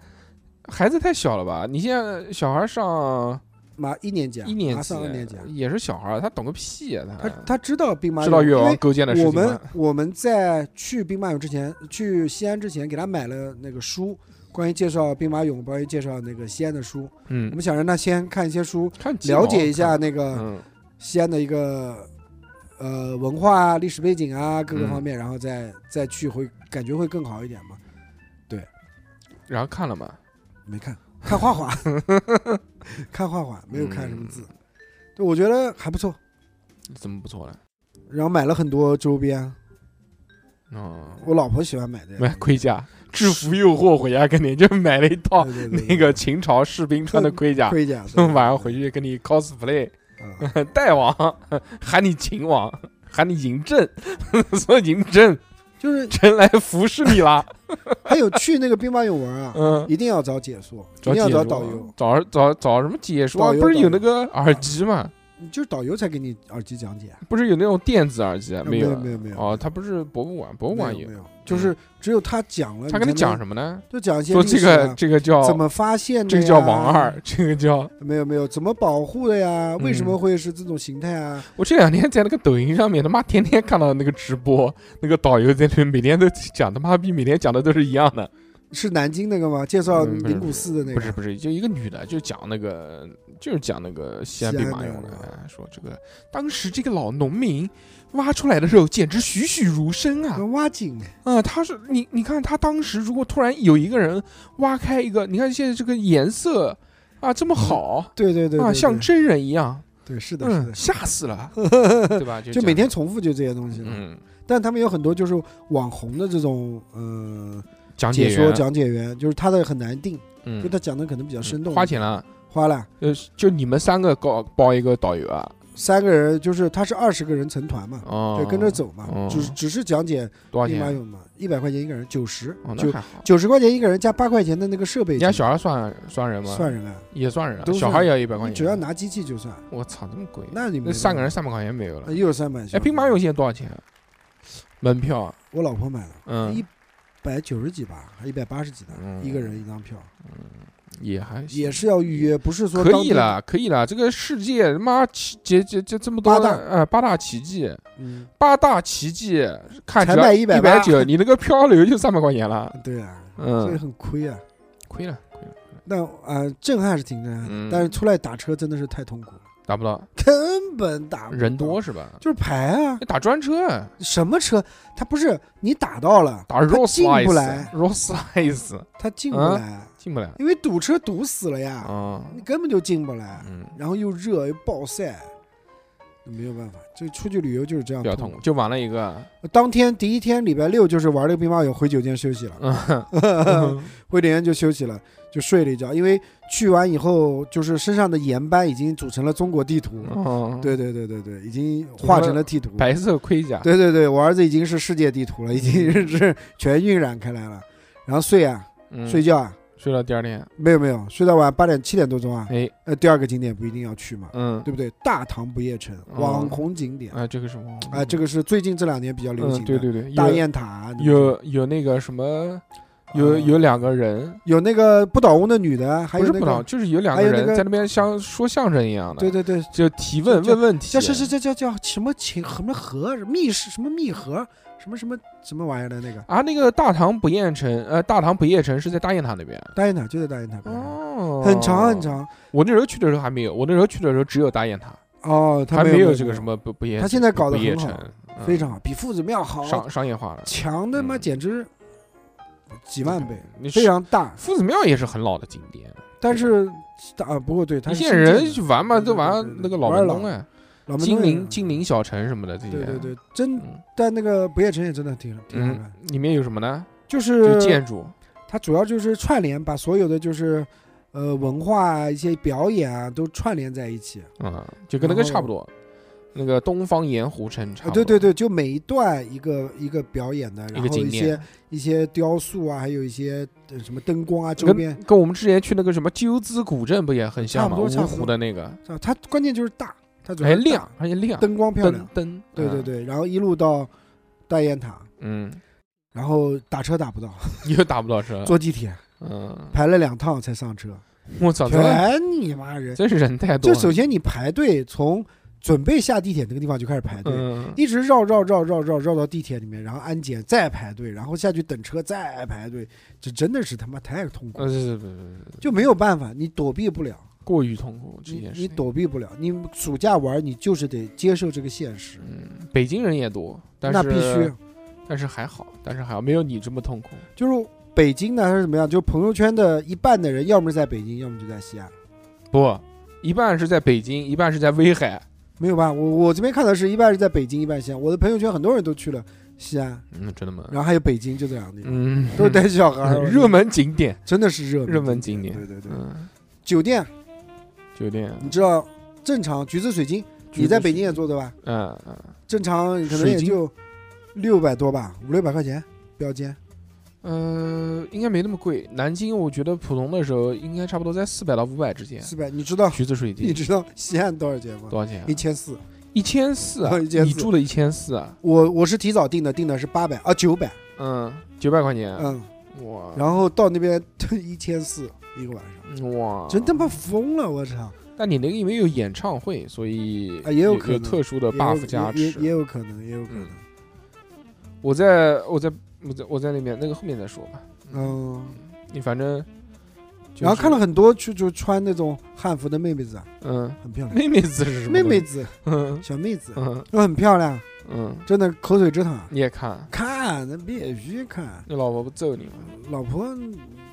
孩子太小了吧？你现在小孩儿上妈一年级啊，一年级，马上二年级啊，也是小孩儿，他懂个屁呀、他他知道兵马俑，知道越因王为勾践的事我情们吗？我们在去兵马俑之前，去西安之前，给他买了那个书，关于介绍兵马俑，关于介绍那个西安的书。我嗯，们想让他先看一些书，看鸡毛了解一下，那看个嗯西安的一个呃文化啊、历史背景啊各个嗯方面，然后再再去会感觉会更好一点嘛。然后看了嘛，没看，看 *laughs* 画画，看画画，没有看什么嗯字。对，我觉得还不错。怎么不错了？然后买了很多周边，嗯，我老婆喜欢买的。买盔甲，制服诱惑回家跟你就买了一套对对对对哦 *laughs* 那个秦朝士兵穿的盔甲，呃盔甲，对 *laughs* 晚上回去跟你 cosplay。 *laughs* 啊代王，喊你秦王，喊你嬴政， *laughs* 说嬴政就是 *laughs* 臣来服侍你啦。还有去那个兵马俑玩啊，嗯，一定要找解说，一找定要解说找啊导游，，找找找什么解说啊导？游不是有导那游个耳机吗？就是导游才给你耳机讲解。啊不是有那种电子耳机？啊没有，没有没有哦，他不是博物馆，博物馆没有没有，就是只有他讲了，他跟你讲么？什么呢？就讲一些说历史这个啊这个叫怎么发现的这呀，个叫王二， *laughs* 这个叫没有没有，怎么保护的呀？为什么嗯会是这种形态啊？我这两天在那个抖音上面他妈天天看到那个直播，那个导游在那边每天都讲他妈逼，每天讲的都是一样的。是南京那个吗？介绍嗯不是灵谷寺的那不是个？不是，就一个女的，就讲那个，就是讲那个西安西兵安马那俑个的，哎说这个当时这个老农民挖出来的时候，简直栩栩如生啊！挖井，啊、他是你你看他当时如果突然有一个人挖开一个，你看现在这个颜色啊这么好对嗯对对啊，对像对真人一样，对是的是嗯，的，吓死 *laughs* 了，对吧？就就就每天重复就这些东西了。嗯但他们有很多就是网红的这种呃讲解解说员讲解员，就是他的很难定，嗯就他讲的可能比较生动。花钱了，花了呃，就你们三个搞包一个导游啊，三个人，就是他是二十个人成团嘛，哦，就跟着走嘛，哦就是只是讲解多少兵马钱？啊俑嘛，一百块钱一个人，九十哦，那九还好。九十块钱一个人加八块钱的那个设备人钱，家小孩算算人吗？算人啊，也算人啊都，小算孩也要一百块你钱。只要拿机器就算，我操，这么贵？那你那们三个人三百块钱没有了。又有三百。哎，兵马俑，现在多少钱啊？门票啊，我老婆买的，嗯一，百九十几吧，还一百八十几的，嗯一个人一张票，也还行也是要预约，不是说可当以天，了，可以了。这个世界他妈奇这这这这么多八大呃八大奇迹，嗯，八大奇迹看才只要卖一180百九，你那个漂流就三百块钱 *laughs* 了，对啊，所以嗯，很亏啊。亏了亏了。那啊、呃震撼是挺震撼的，嗯但是出来打车真的是太痛苦了。达不到，根本打不到人多，是吧？就是排啊，你打专车，什么车？他不是你打到了，打啊他 roll 进不来， slice，roll slice 他进不啊来，进不来因为堵车堵死了呀，啊，你根本就进不来，嗯，然后又热又暴晒，没有办法，就出去旅游就是这样比较痛痛苦苦，。就玩了一个，当天第一天礼拜六就是玩这个兵马俑，回酒店休息 *laughs* 了，*laughs* 嗯回酒店就休息了，就睡了一觉，因为去完以后就是身上的盐斑已经组成了中国地图，嗯，对对对对对，已经画成了地图，白色嗯盔甲，对对对，我儿子已经是世界地图了，已经是全晕染开来了，然后睡啊嗯睡觉啊，睡到第二天，没有没有，睡到晚八点七点多钟啊，哎，呃，第二个景点不一定要去嘛，嗯，对不对？大唐不夜城嗯网红景点，啊，这个是网红啊，这个是最近这两年比较流行嗯，的，对对对，大有雁塔啊有有那个什么，有有两个人，有那个不倒翁的女的，哦还不有是那不倒，个就是有两还个有那人个在那边像说相声一样的，对对对，就提问就问问题叫，是是叫叫叫什么秦什么河密室什么密盒什么什么什么玩意儿的那个啊，那个大唐不夜城，呃，大唐不夜城是在大雁塔那边。大雁塔就在大雁塔边上，哦，很长很。长我那时候去的时候还没有，我那时候去的时候只有大雁塔，哦，他还没有这个什么。么不不夜城。他现在搞得不夜很好城，嗯非常好，比夫子庙好，商商业化了，强的妈嗯简直几万倍，你非常大。夫子庙也是很老的景点，但是啊，不过对，他你现在人去去玩嘛，对对都对玩对对那个对老玩门老东哎，老门金东陵也金陵小城什么的这些。对对对，真嗯，但那个不夜城也真的挺挺好嗯看，，里面有什么呢？就就是建筑，它主要就是串联，把所有的就是呃文化啊、一些表演啊都串联在一起。嗯，就跟那个然后差不多，那个东方盐湖城差啊不对多。对对，就每一段一个一个表演的，一然个后景一些点，啊一些雕塑啊，还有一些呃什么灯光啊周边跟跟我们之前去那个什么鸠兹古镇不也很像吗？差不多芜差不多湖的那个，啊，它关键就是大，它主要哎，是大亮，而且亮，灯光漂亮灯。灯，对对嗯，对，然后一路到大雁塔，嗯， *laughs* 然后打车打不到，又打不到车，坐地铁嗯，排了两趟才上车，我操，真全你妈人！真是人太多就了，首先你排队，从准备下地铁那个地方就开始排队，嗯，一直绕绕绕绕绕绕到地铁里面，然后安检再排队，然后下去等车再排队，这真的是他妈太痛苦呃，了，是是不是就没有办法，你躲避不了，过于痛苦这你件事你情，躲避不了，你暑假玩你就是得接受这个现实，嗯，北京人也多，但那是必须。啊但是还好，但是还好没有你这么痛苦，就是北京呢，还是怎么样？就朋友圈的一半的人，要么是在北京，要么就在西安，不，一半是在北京，一半是在威海，没有吧？我我这边看的是一半是在北京，一半西安。我的朋友圈很多人都去了西安，嗯，真的吗？然后还有北京，就这两个地方，嗯，都是带小孩儿。 *laughs* 热门景点，真的是热热门景点对对对，嗯，酒店酒店，你知道，正常橘子水晶，你在北京也做的吧？嗯嗯正常可能水也晶就六百多吧，五六百块钱标间。呃，应该没那么贵。南京我觉得浦东的时候应该差不多在四百到五百之间。四百，你知道橘子水晶你知道西安多少钱吗？多少钱啊一？千四。一千四啊！ 1400你住了一千四啊？我我是提早订的，订的是八百啊九百，嗯，九百块钱。嗯，哇，然后到那边 *laughs* 一千四一个晚上，哇，真他！妈疯了！我操，但你那个因为有演唱会，所以啊也有有可能特殊的也有 buff 加也也也持。有可能，也有可能。我在我在我在我在那边那个后面再说吧。嗯，你反正就是然后看了很多就就穿那种汉服的妹妹子啊，嗯，很漂亮，妹妹姿是什么？妹妹，子嗯小妹子嗯都很漂亮，嗯，真的口水直淌。你也看？啊看，那必须看，你老婆不揍你吗？老婆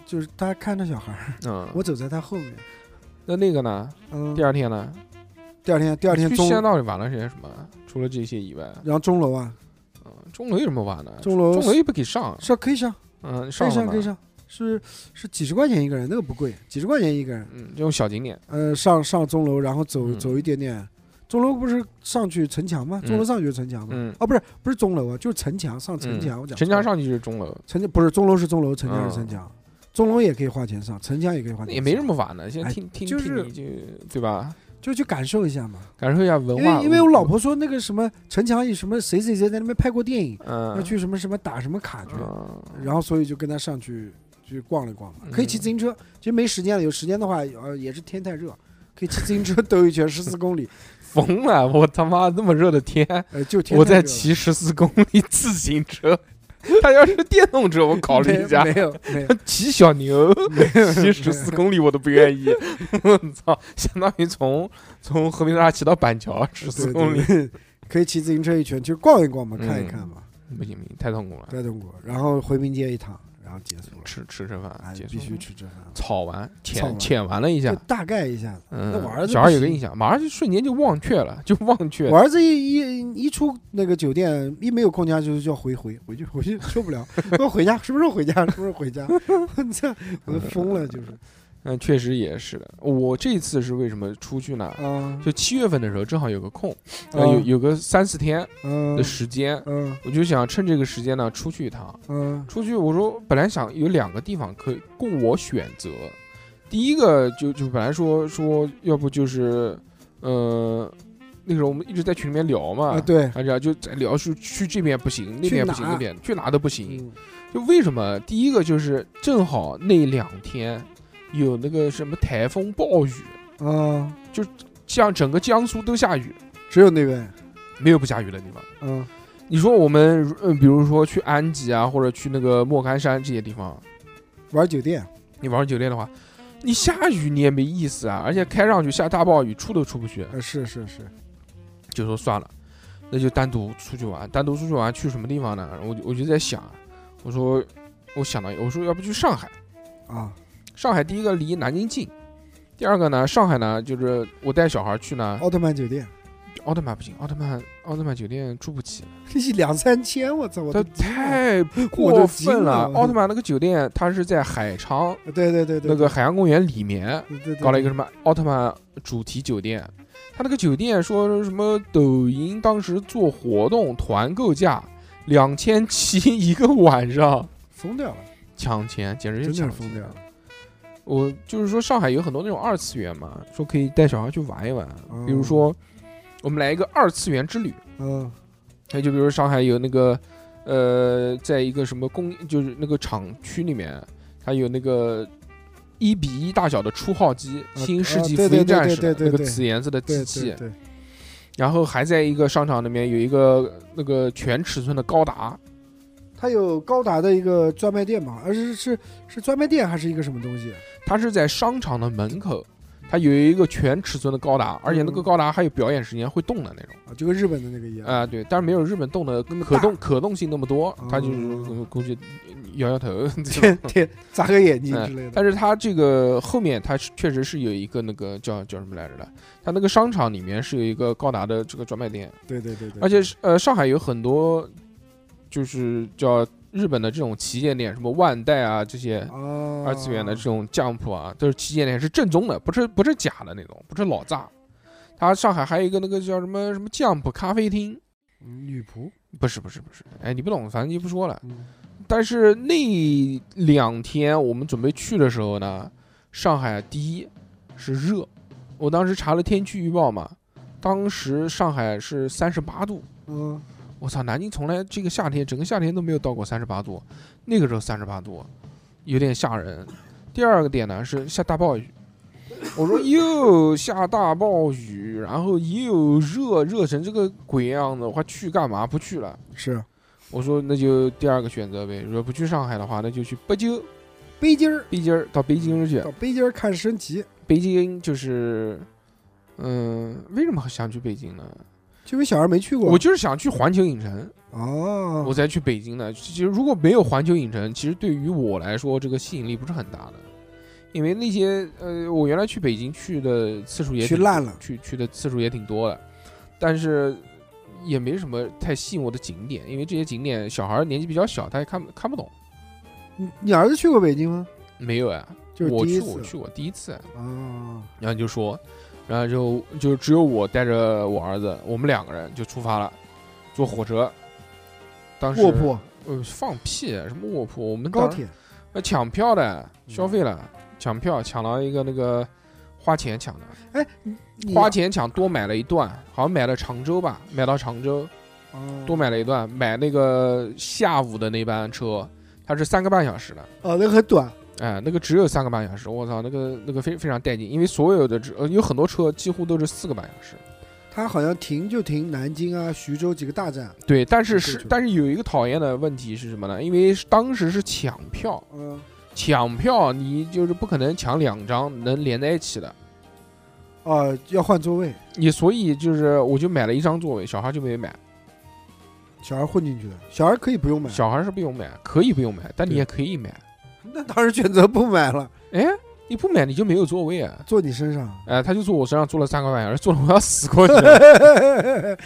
就是她看着小孩儿，嗯，我走在她后面。那那个呢？嗯第，二天呢？第二天第二天去钟西，安到底玩了些什么？除了这些以外，然后钟楼啊，嗯，钟楼有什么玩的？钟楼钟楼又不给上，是啊可以上，嗯，可上以了上吗可以，上，是是几十块钱一个人，那个不贵，几十块钱一个人。嗯，这种小景点，呃，上上钟楼，然后走、嗯走一点点，钟楼不是上去城墙吗？嗯钟楼上去就是城墙吗？嗯，哦，不是不是钟楼啊，就是城墙上城墙。我讲城墙错了上去就是钟楼，城墙不是钟楼是钟楼，城墙是嗯城墙，钟楼也可以花钱上，城墙也可以花钱上，也没什么玩的，先哎听听就听是你就对吧？就去感受一下嘛。感受一下文因化。为因为我老，婆说那个什么城墙有什么谁谁谁在那边拍过电影，要嗯，去什么什么打什么卡去，嗯，然后所以就跟她上去去逛了逛嘛，嗯可以骑自行车，其实没时间了，有时间的话呃也是天太热。可以骑自行车 *laughs* 兜一圈十四公里，疯了！我他妈那么热的天，呃，就天我太在热了骑十四公里自行车，他要是电动车，我考虑一下没。有没有，骑小牛，骑十四公里我都不愿 *laughs* 意。我操，相当于从从和平大厦骑到板桥十四公里对，对对可以骑自行车一圈，就逛一逛嘛，嗯看一看嘛，不行不行，太痛苦了。在中国，然后回民街一趟，然后结束了，吃吃吃哎饭，结，束必须吃这饭，草完草浅完浅完了一就下，大概一下子。嗯，那我儿子小不孩有个行印象，马上就瞬间就忘却了， *laughs* 就忘却我。儿子一一一出那个酒店，一没有空家就就要回回回去回去受 *laughs* 不了，要回家，什么时候回家？什么时候回家？ *laughs* 我这我都疯了，就是嗯，确实也是的。我这次是为什么出去呢？啊，就七月份的时候正好有个空，呃啊有有个三四天嗯的时间，嗯我就想趁这个时间呢出去一趟。嗯出去，我说本来想有两个地方可以供我选择，第一个就就本来说说要不就是，呃，那个时候我们一直在群里面聊嘛，啊，对，而且就在聊是去这边不行，那去边不行，哪那边去哪都不行。嗯就为什么？第一个就是正好那两天有那个什么台风暴雨，啊，像整个江苏都下雨，只有那边，没有不下雨的地方。嗯你说我们嗯、呃比如说去安吉啊，或者去那个莫干山这些地方，玩酒店，你晚上酒店的话，你下雨你也没意思啊，而嗯且开上去下大暴雨，出都出不去，呃，是是是，就说算了，那就单独出去玩。单独出去玩去什么地方呢？我就我就在想，我说我想到我说要不去上海，啊，上海第一个离南京近，第二个呢，上海呢就是我带小孩去呢，奥特曼酒店，奥特曼不行，奥特曼奥特曼酒店住不起， *laughs* 两三千，我操，我它都惊太了，我都过惊分了。了奥特曼那个酒店它是在海昌对对对对，那个海洋公园里面。对对对搞了一个什么奥特曼主题酒店。他那个酒店说什么抖音当时做活动团购价两千七一个晚上，疯掉了，抢钱简直真是的是抢疯钱掉了。我就是说上海有很多那种二次元嘛，说可以带小孩去玩一玩，哦比如说我们来一个二次元之旅，嗯那就比如上海有那个呃，在一个什么公就是那个厂区里面，它有那个一比一大小的初号机，啊新世纪福啊对音对对战士对的对那个对紫颜色的对机器对，对，然后还在一个商场里面有一个那个全尺寸的高达，它有高达的一个专卖店嘛，而是是是专卖店还是一个什么东西？它是在商场的门口，它有一个全尺寸的高达，而且那个嗯高达还有表演时间会动的那种。啊，就跟日本的那个一样啊、对，但是没有日本动的那么可大动可动性那么多，它就是哦估计摇摇头。 *laughs* 这种天天眨个眼睛之类嗯，的。但是它这个后面它是确实是有一个那个叫叫什么来着的，它那个商场里面是有一个高达的这个专卖店，对对对对，而且是呃上海有很多就是叫日本的这种旗舰店，什么万代啊这些啊，二次元的这种 Jump 啊，都是旗舰店，是正宗的，不是不是假的那种，不是老炸。它上海还有一个那个叫什么什么 Jump 咖啡厅，嗯女仆，不是不是不是，哎你不懂，反正就不说了。嗯但是那两天我们准备去的时候呢，上海第一是热，我当时查了天气预报嘛，当时上海是三十八度，嗯，我操，南京从来这个夏天整个夏天都没有到过三十八度，那个时候三十八度有点吓人。第二个点呢是下大暴雨，我说又下大暴雨，然后又热，热成这个鬼样子，我还去干嘛？不去了。是我说那就第二个选择呗。如果不去上海的话，那就去北京，北京儿北京儿到北京去到。北京儿看升旗，北京就是，嗯，为什么想去北京呢？就因为小孩没去过。我就是想去环球影城，哦，我才去北京的。其实如果没有环球影城，其实对于我来说，这个吸引力不是很大的。因为那些呃，我原来去北京去的次数也去挺烂了去去的次数也挺多的，但是也没什么太吸引我的景点，因为这些景点小孩儿年纪比较小，他也看不看不懂。你你儿子去过北京吗？没有啊，就是我第一去，次我去，我第一次，啊，然后就说，然后就就只有我带着我儿子，我们两个人就出发了，坐火车。当时卧铺、呃，放屁，什么卧铺？我们高当时铁，呃抢票的，嗯消费了，抢票抢了一个那个花钱抢的，你花钱抢多买了一段，好像买了常州吧，买到常州哦多买了一段，买那个下午的那班车，它是三个半小时的。哦，那个很短，哎，那个只有三个半小时，我操，那个那个非非常带劲，因为所有的车、呃、有很多车几乎都是四个半小时，它好像停就停南京啊、徐州几个大站，对，但是对是对但是有一个讨厌的问题是什么呢？因为是当时是抢票，嗯、抢票你就是不可能抢两张能连在一起的，啊、要换座位，你所以就是我就买了一张座位，小孩就没买，小孩混进去的，小孩可以不用买，小孩是不用买，可以不用买，但你对也可以买，那当然选择不买了，哎，你不买你就没有座位啊。，坐你身上哎，他就坐我身上坐了三个半小时，坐的我要死过去了。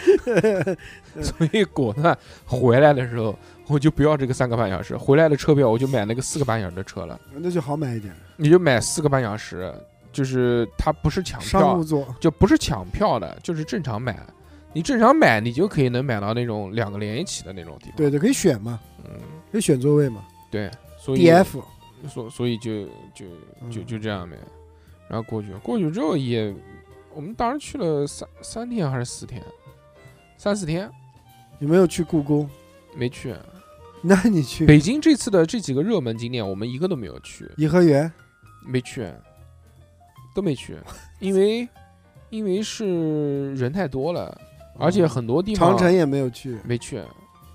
*laughs* 所以果断回来的时候，我就不要这个三个半小时，回来的车票我就买那个四个半小时的车了。那就好买一点，你就买四个半小时，就是它不是抢商票啊务，座，就不是抢票的，就是正常买。你正常买，你就可以能买到那种两个连一起的那种地方。对对，可以选嘛，嗯，可以选座位嘛对，所以，DF，所所以就就就嗯就这样呗。然后过去，过去之后也，我们当时去了三三天还是四天，三四天有没有去故宫？ *laughs* 没去。那你去北京这次的这几个热门景点，我们一个都没有去，颐和园，没去，都没 *laughs* 去，因为因为是人太多了，而且很多地方哦长城也啊没有去，没去，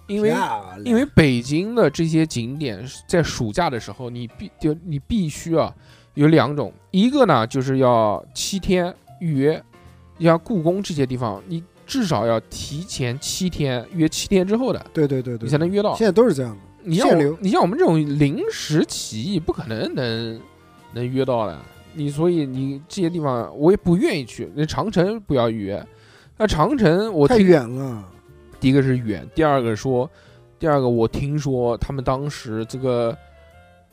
因为漂亮因为北京的这些景点是在暑假的时候，你必就你必须啊有两种，一个呢就是要七天预约，像故宫这些地方，你至少要提前七天约七天之后的，对对对你对，才能约到现。在都是这样的，你像限我流你像我们这种临时起意，不可能能能约到的。你所以你这些地方我也不愿意去。那长城不要预约，那长城我太听远了，第一个是远，第二个说，第二个我听说他们当时这个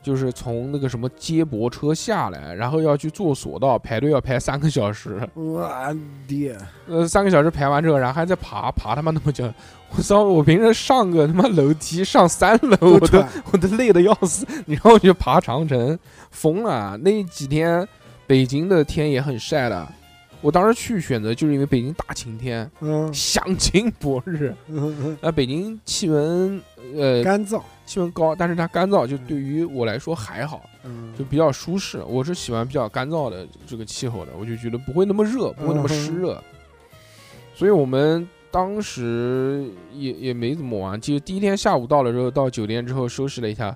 就是从那个什么接驳车下来，然后要去坐索道，排队要排三个小时， *laughs* 哇爹，呃，三个小时排完之后，然后还在爬，爬他妈那么久。 *laughs* 我操！我平时上个他妈楼梯上三楼，都哦我都喘， *laughs* 我都累得要死。你让我去爬长城，疯了！那几天北京的天也很晒的，我当时去选择就是因为北京大晴天，嗯 *laughs* 响晴博日。 *laughs* 嗯， *laughs* 那北京气温呃干燥，气温高，但是它干燥，就对于我来说还好，嗯，就比较舒适。我是喜欢比较干燥的这个气候的，我就觉得不会那么热，不会那嗯么湿热。所以我们当时也也没怎么玩，就第一天下午到了之后，到酒店之后收拾了一下，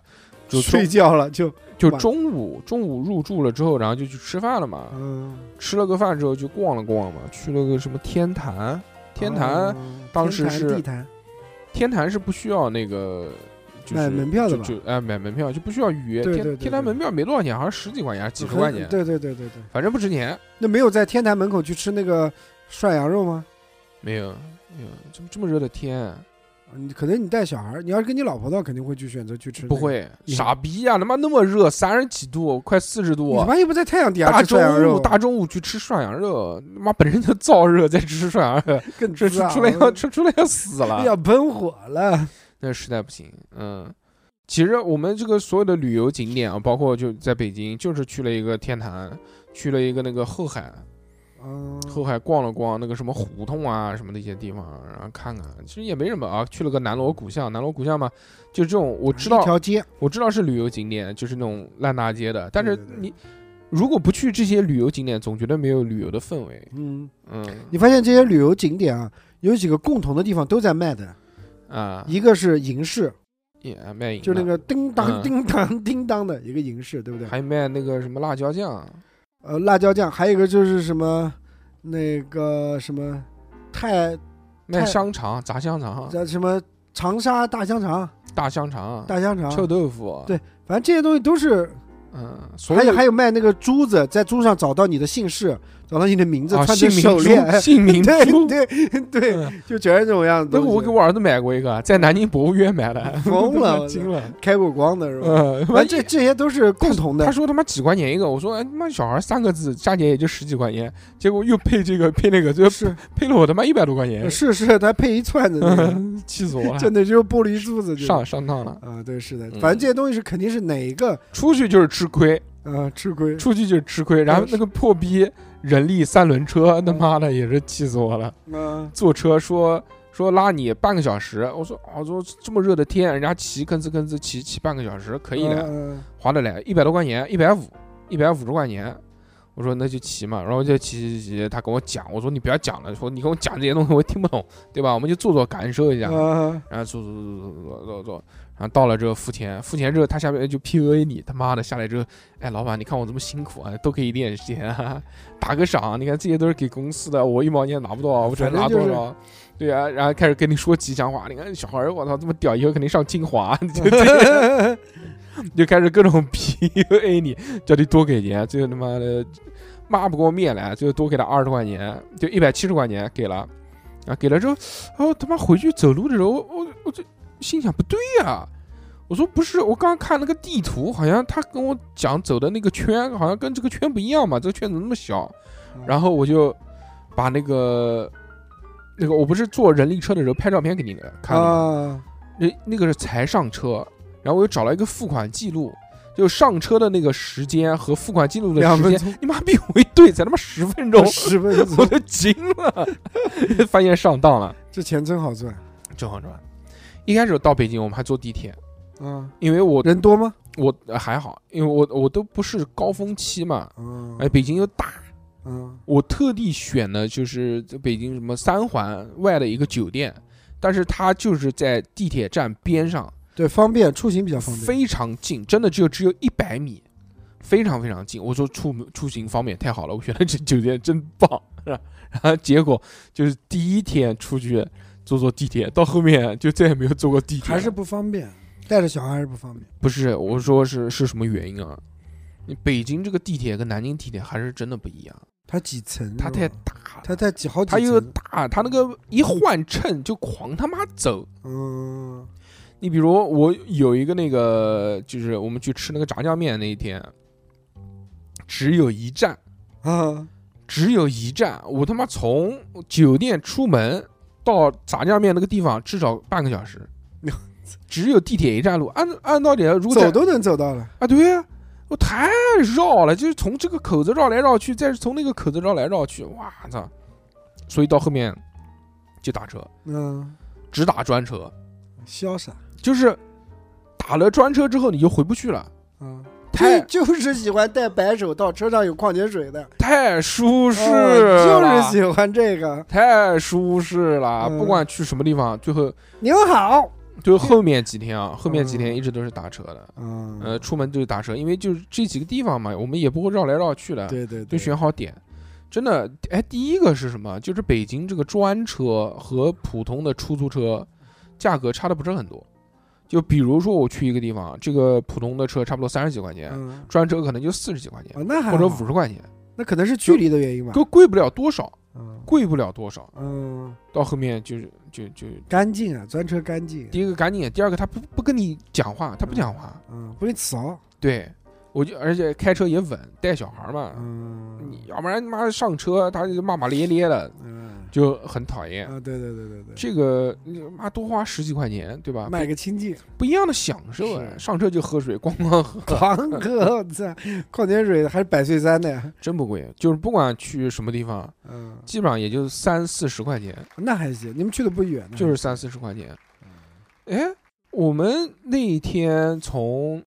就中睡觉了就，就晚中午中午入住了之后，然后就去吃饭了嘛。嗯，吃了个饭之后就逛了逛嘛，去了个什么天坛，天坛哦当时天坛是地坛，天坛是不需要那个。就是、买门票的吧就就哎，买门票就不需要预约。对对对天天坛对门票没多少钱，好像十几块钱还是几十块钱，对对对对对，反正不值钱。那没有在天坛门口去吃那个涮羊肉吗？没有，没有，这么这么热的天，你嗯可能你带小孩儿，你要是跟你老婆到，肯定会去选择去吃、不，会傻逼啊呀、他妈那么热，三十几度，快四十你度啊他，妈又不在太阳底下大吃涮羊中午肉，大中午去吃涮羊肉，他妈本身就燥热，再吃涮羊肉，更这脏出来要出出来要死了。要喷火了，那实在不行，嗯。其实我们这个所有的旅游景点啊，包括就在北京，就是去了一个天坛，去了一个那个后海，嗯，后海逛了逛那个什么胡同啊什么那些地方，然后看看，其实也没什么啊。去了个南锣鼓巷，南锣鼓巷嘛，就这种我知道一，条街，我知道是旅游景点，就是那种烂大街的，但是对对对你如果不去这些旅游景点，总觉得没有旅游的氛围。嗯，嗯你发现这些旅游景点啊，有几个共同的地方都在卖的，啊，一个是银饰，也卖淫的，就那个叮嗯当叮当叮当的一个银饰，对不对？还卖那个什么辣椒酱，呃，辣椒酱，还有一个就是什么那个什么太卖太香肠、炸香肠、叫什么长沙大香肠，大香肠、啊大香肠，臭豆腐，啊对反正这些东西都是嗯，所还以有还有卖那个珠子，在珠上找到你的姓氏，找到你的名字，啊，穿姓着名手珠，链，姓 *laughs* 名对珠，对对，嗯 *laughs* 就全是这种样子。那个我给我儿子买过一个，在南京博物院买的，*laughs* 疯了我惊操了，开过光的是吧？嗯，反正这这些都是共同他的，说他妈几块钱一个，我说哎他妈小孩三个字加起来也就十几块钱，结果又配这个 *laughs* 配那个，最后是配了我他妈嗯一百多块钱，是是，他配一串子那个，气死我了，真的就是玻璃珠子，就是上上当了，啊，对，是的嗯，反正这些东西是肯定是哪一个出去就是吃亏，啊吃亏，出去就是吃亏，然后那个破逼人力三轮车，他妈的也是气死我了，啊坐车说。说拉你半个小时，我说啊我说这么热的天，人家骑吭哧吭哧骑骑半个小时可以的，嗯划得来，一百多块钱，一百五，一百五十块钱。我说那就骑嘛，然后就骑骑骑，他跟我讲，我说你不要讲了，说你跟我讲这些东西我听不懂，对吧？我们就坐坐感受一下，啊，然后坐坐坐坐坐坐坐，然后到了之后付钱，付钱之后他下面就 PUA 你，他妈的下来之后，哎，老板你看我这么辛苦啊，多给一点钱、啊， *laughs* 打个赏，你看这些都是给公司的，我一毛钱拿不到，啊我只能拿反正多就是少？对啊，然后开始跟你说吉祥话，你看小孩儿，我操这么屌，以后肯定上清华， *laughs* 就这样就开始各种 PUA 你，叫你多给钱，最后他妈的骂不过面来，最后多给他二十块钱，就一百七十块钱给了，啊，给了之后，哦，他妈回去走路的时候，我我我这心想不对呀、我说不是，我刚刚看那个地图，好像他跟我讲走的那个圈，好像跟这个圈不一样嘛，这个圈怎么那么小？嗯然后我就把那个那个，我不是坐人力车的时候拍照片给你看的吗？啊，那那个是才上车，然后我又找了一个付款记录，就上车的那个时间和付款记录的两时分间，钟，，你妈逼我一对才他妈十分钟十分我钟，都惊了， *laughs* 发现上当了，这钱真好赚正好赚。一开始到北京，我们还坐地铁，啊！因为我人多吗？我呃还好，因为我我都不是高峰期嘛，嗯，哎，北京又大，嗯，我特地选的就是在北京什么三环外的一个酒店，但是它就是在地铁站边上，对，方便，出行比较方便。非常近，真的只有只有一百米，非常非常近。我说出门出行方便，太好了，我觉得这酒店真棒。 *laughs* 是吧然后结果就是第一天出去坐坐地铁，到后面就再也没有坐过地铁了，还是不方便，带着小孩还是不方便。不是，我说是是什么原因啊？你北京这个地铁跟南京地铁还是真的不一样，它几层？它太是吧大了，嗯它太几好几它又层？大，它那个一换乘就狂他妈走。嗯你比如我有一个那个，就是我们去吃那个炸酱面那一天，只有一站，啊，，只有一站，我他妈从酒店出门到炸酱面那个地方至少半个小时 *laughs* 只有地铁一站路。按按道理来，如果在走都能走到了。啊，对呀、我太绕了，就是从这个口子绕来绕去，再从那个口子绕来绕去，哇操！所以到后面就打车，嗯，只打专车，潇洒。就是打了专车之后你就回不去了，嗯，太就就是喜欢戴白手套，车上有矿泉水的，太舒适哦了，就是喜欢这个。太舒适了。不嗯管去什么地方，最后您好，就后面几天啊，后面几天嗯一直都是打车的，嗯，呃，出门就是打车，因为就是这几个地方嘛，我们也不会绕来绕去的，对对就对，选好点。真的，哎，第一个是什么？就是北京这个专车和普通的出租车价格差的不是很多。就比如说我去一个地方，这个普通的车差不多三十几块钱，嗯，专车可能就四十几块钱哦，那还或者好五十块钱，那可能是距离的原因吧。都贵不了多少，嗯贵不了多少。嗯，到后面就是就就干净啊，专车干净。第一个赶紧，第二个他不不跟你讲话，他不讲话，嗯，不会吵。对我就而且开车也稳，带小孩嘛，嗯，你要不然他妈上车他就骂骂咧咧的，嗯就很讨厌。啊，对对对对对，这啊个你妈多花十几块钱，对吧？买个清净。不一样的享受啊！是上车就喝水，咣咣喝， *laughs* 狂哥，我操，矿泉水还是百岁山的呀？真不贵。就是不管去什么地方，嗯，基本上也就三四十块钱，那还行，你们去的不远呢。就是三四十块钱。嗯哎，我们那一天从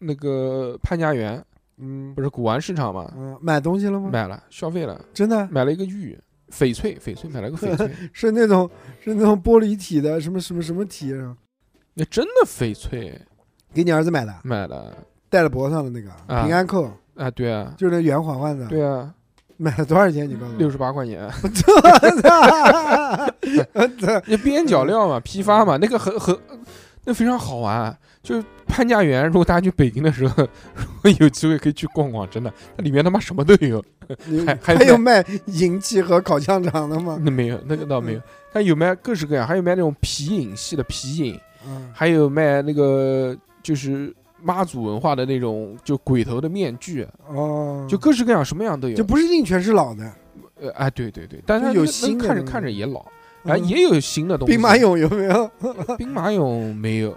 那个潘家园，嗯不是古玩市场嘛，嗯，买东西了吗？买了，消费了，真的买了一个玉，翡翠，翡翠，买了个翡 *laughs* 翠，是那种是那种玻璃体的，什么什么什么体，啊那真的翡翠给你儿子买的，买的戴在脖上的那个啊平安扣，啊，对啊，就是那圆环环的。对啊，买了多少钱？你告诉六我。十八块钱。 *laughs* 我操！我操！那边角料嘛，批发嘛，那个很很，那非常好玩。就是潘家园，如果大家去北京的时候， *laughs* 如果有机会可以去逛逛，真的，那里面他妈什么都有。你还还还有卖银器和烤香肠的吗？那没有，那个倒没有，但有卖各式各样，还有卖那种皮影戏的皮影，嗯，还有卖那个就是妈祖文化的那种就鬼头的面具，哦，就各式各样，什么样都有。就不是一定全是老的。呃，哎，对对对，但是就它有那新的看着东西看着也老。啊，嗯也有新的东西，兵马俑有没有？兵马俑没有，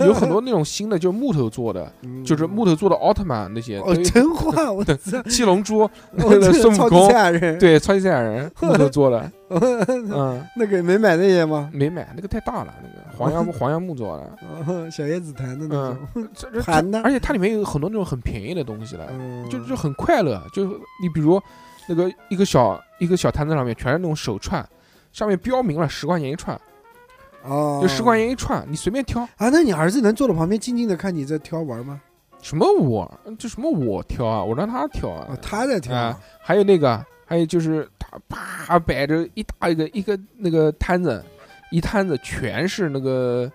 有很多那种新的，就是木头做的，就是木头做的奥特曼那些，嗯哦，对真话，我操！ *laughs* 七龙珠、我孙悟操，超级空赛亚人，对超级赛亚人木头做的，嗯， *laughs* 那个没买那些吗？没买那个太大了，那个黄 *laughs* 杨黄杨木做的，哦小叶紫檀的那种，这这盘的而且它里面有很多那种很便宜的东西了，嗯，就就很快乐。就你比如那个一个小一个小摊子上面全是那种手串，上面标明了十块钱一串，哦，就十块钱一串，你随便挑。啊？那你儿子能坐到旁边静静的看你在挑玩吗？什么我这什么我挑啊，我让他挑啊哦，。他在挑啊啊，还有那个，还有就是他啪摆着一大一个一个那个摊子，一摊子全是那个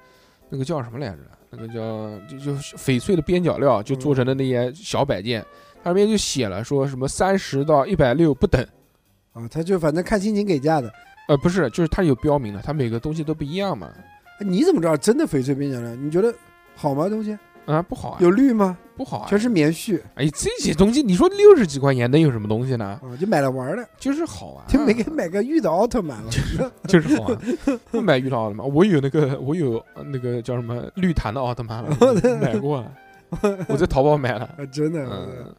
那个叫什么来着？那个叫就就是翡翠的边角料，就做成的那些小摆件，它里面就写了说什么三十到一百六不等。啊他就反正看心情给价的。呃，不是，就是它有标明的，它每个东西都不一样嘛。哎你怎么知道真的翡翠边角料？你觉得好吗？东西啊，不好啊，有绿吗？不好啊！全是棉絮哎，这些东西，你说六十几块钱能有什么东西呢？啊，就买来玩的，就是好玩、啊， *laughs* 就没给买个玉的奥特曼了。 *laughs* 就是好玩，不买遇到的嘛。我有那个，我有呃那个叫什么绿檀的奥特曼了，买过了，我在淘宝买 *laughs* 了，啊，真的，嗯，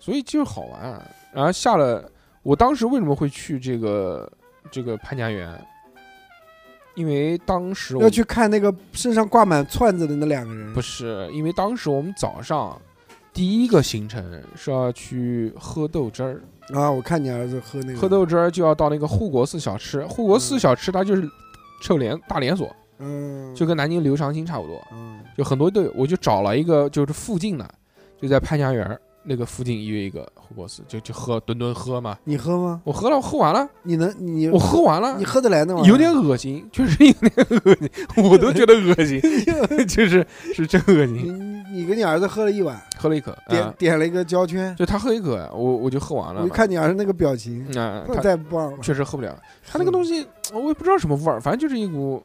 所以就是好玩、啊。然后下了，我当时为什么会去这个这个潘家园？因为当时我要去看那个身上挂满串子的那两个人不是，因为当时我们早上第一个行程是要去喝豆汁儿，啊！我看你儿子喝那个喝豆汁儿就要到那个护国寺小吃，护国寺小吃它就是臭连大连锁，嗯，就跟南京刘长兴差不多。嗯就很多队，我就找了一个就是附近的，就在潘家园儿那个附近约一个火锅司，就就喝顿顿喝嘛。你喝吗？我喝了，我喝完了，你能你我喝完了你，喝得来那玩意儿有点恶心，确实有点恶心，我都觉得恶 *laughs* 心，就是是真恶你心。你你跟你儿子喝了一碗，喝了一口，点、啊，点了一个胶圈，就他喝一口，啊我我就喝完了我嘛。一看你儿子那个表情，啊，那他太棒了，确实喝不了，他那个东西我也不知道什么味儿，反正就是一股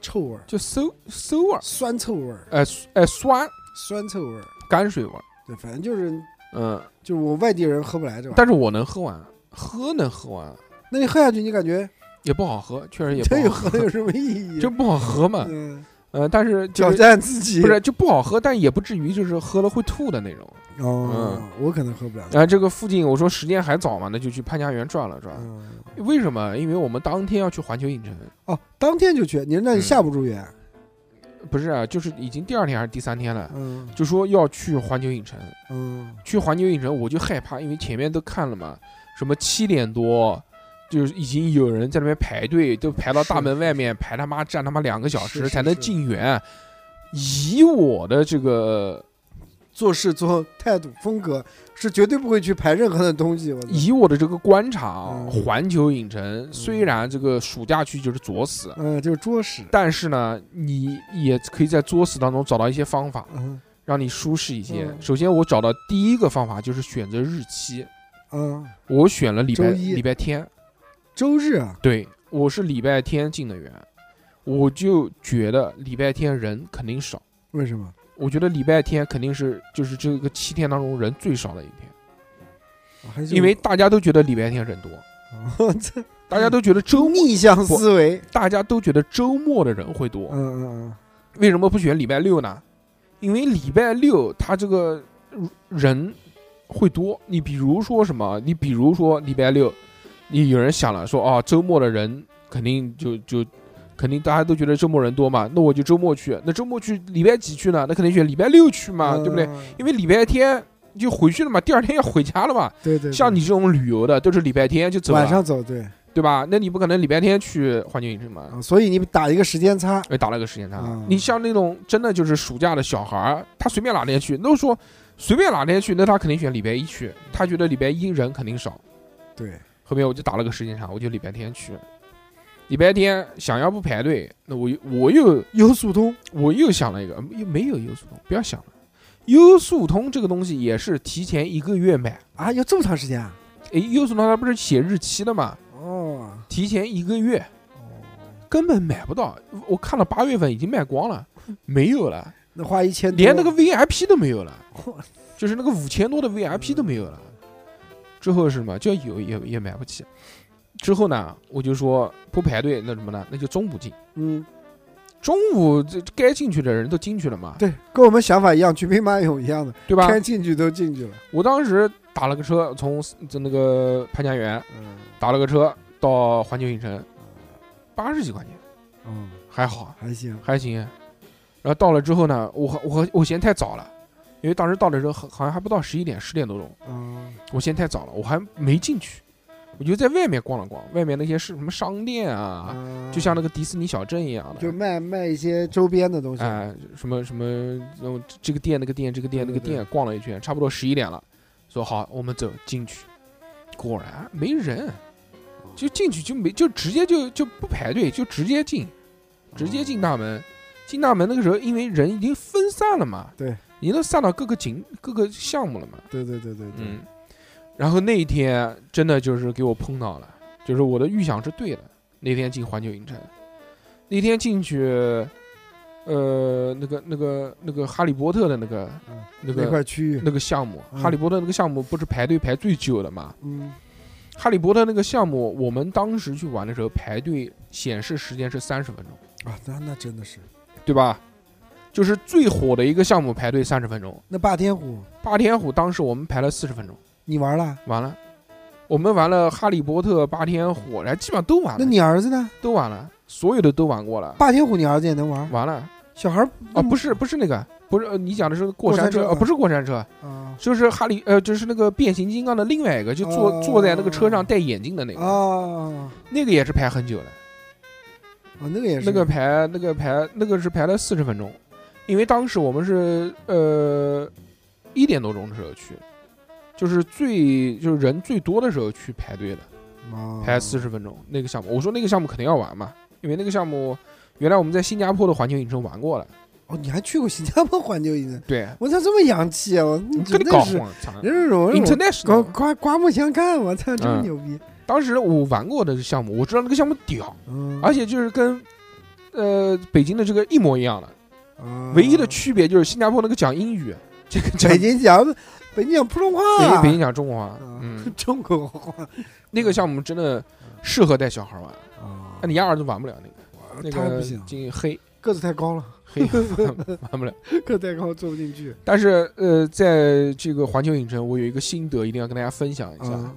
臭味儿，就馊馊味儿，酸臭味儿，哎哎酸酸臭味儿，泔水味儿，对，反正就是嗯，就是我外地人喝不来这玩意儿。但是我能喝完，喝能喝完。那你喝下去，你感觉也不好喝，确实也这不有好喝喝，有什么意义？啊就不好喝嘛。嗯，呃，但是就挑是战自己不是就不好喝，但也不至于就是喝了会吐的那种。哦，嗯我可能喝不了。然后这个附近我说时间还早嘛，那就去潘家园转了转。嗯，为什么？因为我们当天要去环球影城，哦，当天就去，你那你嗯下不住院？不是啊，就是已经第二天还是第三天了，嗯就说要去环球影城。嗯，去环球影城我就害怕，因为前面都看了嘛，什么七点多。就是已经有人在那边排队，都排到大门外面，排他妈站他妈两个小时是是才能是进园。以我的这个做事做态度风格是绝对不会去排任何的东西。我操以我的这个观察啊，嗯环球影城虽然这个暑假去就是作死，嗯，就是作死。但是呢，你也可以在作死当中找到一些方法，嗯让你舒适一些。嗯首先，我找到第一个方法就是选择日期，嗯，我选了礼拜周一礼拜天，周日啊，对我是礼拜天进的园，我就觉得礼拜天人肯定少，为什么？我觉得礼拜天肯定是就是这个七天当中人最少的一天，啊还是因为大家都觉得礼拜天人多，我哦操，大家都觉得周末。逆向思维。大家都觉得周末的人会多，嗯嗯为什么不选礼拜六呢？因为礼拜六他这个人会多。你比如说什么？你比如说礼拜六，你有人想了说哦，周末的人肯定就就肯定大家都觉得周末人多嘛，那我就周末去。那周末去礼拜几去呢？那肯定选礼拜六去嗯，嘛，对不对？嗯？因为礼拜天就回去了嘛，第二天要回家了嘛。对对，像你这种旅游的，都是礼拜天就走啊对晚了，上走对对吧？那你不可能礼拜天去环球影城嘛，啊，所以你打一个时间差。哎，打了个时间差。嗯你像那种真的就是暑假的小孩儿，他随便哪天去，那我说随便哪天去，那他肯定选礼拜一去，他觉得礼拜一人肯定少。对，后面我就打了个时间差，我就礼拜天去。礼拜天想要不排队，那我又我又优速通我又想了一个，嗯又没有优速通，不要想了。优速通这个东西也是提前一个月买，啊，要这么长时间啊？诶，优速通它不是写日期的嘛，哦，提前一个月，根本买不到。我看了八月份已经卖光了，没有了。那花一千多，连那个 VIP 都没 *laughs* 有了，我就是那个五千多的 VIP 嗯都没有了。之后是什么？就有也也买不起。之后呢，我就说不排队，那什么呢？那就中午进。嗯，中午这该进去的人都进去了嘛，对，跟我们想法一样，去兵马俑一样的，对吧？该进去都进去了。我当时打了个车，从那个潘家园嗯，打了个车到环球影城，八十几块钱，嗯，还好啊还行，还行。然后到了之后呢，我我我嫌太早了，因为当时到的时候好好像还不到十一点，十点多钟，嗯，我嫌太早了，我还没进去，我就在外面逛了逛，外面那些是什么商店啊，嗯就像那个迪士尼小镇一样的，就卖卖一些周边的东西，哎，什么什么，然后这个店那个店这个店那对个对店逛了一圈，差不多十一点了，说好我们走进去，果然没人，哦就进去就没就直接就就不排队，就直接进，直接进大门。进大门那个时候，因为人已经分散了嘛，对，已经都散到各个景各个项目了嘛，对对对对对，嗯。然后那一天真的就是给我碰到了，就是我的预想是对的。那天进环球影城，那天进去，呃，那个那个那个哈利波特的那个嗯那那个块区域，那个项目，嗯哈利波特那个项目不是排队排最久的嘛？嗯，哈利波特那个项目，我们当时去玩的时候排队显示时间是三十分钟，啊，那那真的是，对吧？就是最火的一个项目排队三十分钟，那霸天虎霸天虎当时我们排了四十分钟。你玩了？完了，我们玩了《哈利波特》《霸天虎》，然后基本上都玩了，那你儿子呢？都玩了，所有的都玩过了，霸天虎你儿子也能玩？完了小孩儿啊，不是不是那个，不是、呃、你讲的是过过山山车，车呃，不是过山车，啊就是哈利呃，就是那个变形金刚的另外一个，就坐、哦坐在那个车上戴眼镜的那个，啊啊，那个也是排很久的，那个也是那个排那个排那个是排了四十分钟，因为当时我们是呃一点多钟的时候去，就是最就是人最多的时候去排队的。啊排四十分钟那个项目。我说那个项目肯定要玩嘛，因为那个项目原来我们在新加坡的环球影城玩过了。哦，你还去过新加坡环球影城？对，我操，这么洋气啊！我你跟真你的搞是，混，操人是我我刮！International，刮刮目相看，我操，这么嗯牛逼！当时我玩过的项目，我知道那个项目屌，嗯而且就是跟呃北京的这个一模一样的，啊唯一的区别就是新加坡那个讲英语，这 *laughs* 个讲北京讲北京讲普通话北啊，北京讲中国话。啊嗯，中国话那个项目真的适合带小孩玩，啊那你家儿子玩不了那个。那他个不行，进黑个子太高了，黑 *laughs* 玩不了， *laughs* 个子太高坐不进去但是呃，在这个环球影城，我有一个心得，一定要跟大家分享一下，啊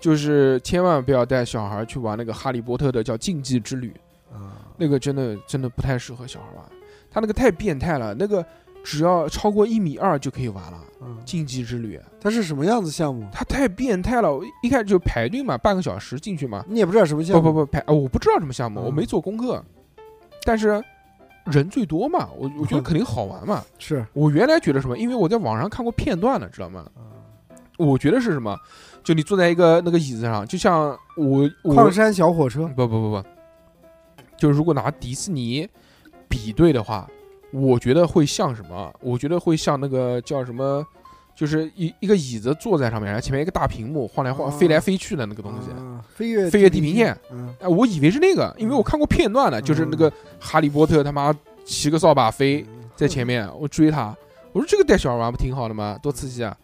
就是千万不要带小孩去玩那个《哈利波特》的叫禁忌之旅，啊！那个真的真的不太适合小孩玩，他那个太变态了，那个只要超过一米二就可以玩了。嗯禁忌之旅，它是什么样子项目？它太变态了！我一开始就排队嘛，半个小时进去嘛，你也不知道什么项不目？不不排、呃我不知道什么项目，嗯我没做功课，但是人最多嘛，我我觉得肯定好玩嘛。不，是我原来觉得什么，因为我在网上看过片段了，知道吗？我觉得是什么？就你坐在一个那个椅子上，就像我我矿山小火车不不不不，就是如果拿迪士尼比对的话，我觉得会像什么？我觉得会像那个叫什么，就是一一个椅子坐在上面，然后前面一个大屏幕晃来晃、啊飞来飞去的那个东西。啊飞跃飞跃地平线，嗯哎，我以为是那个，因为我看过片段的，就是那个哈利波特他妈骑个扫把飞，在嗯前面，我追他，我说这个带小孩玩不挺好的吗？多刺激啊！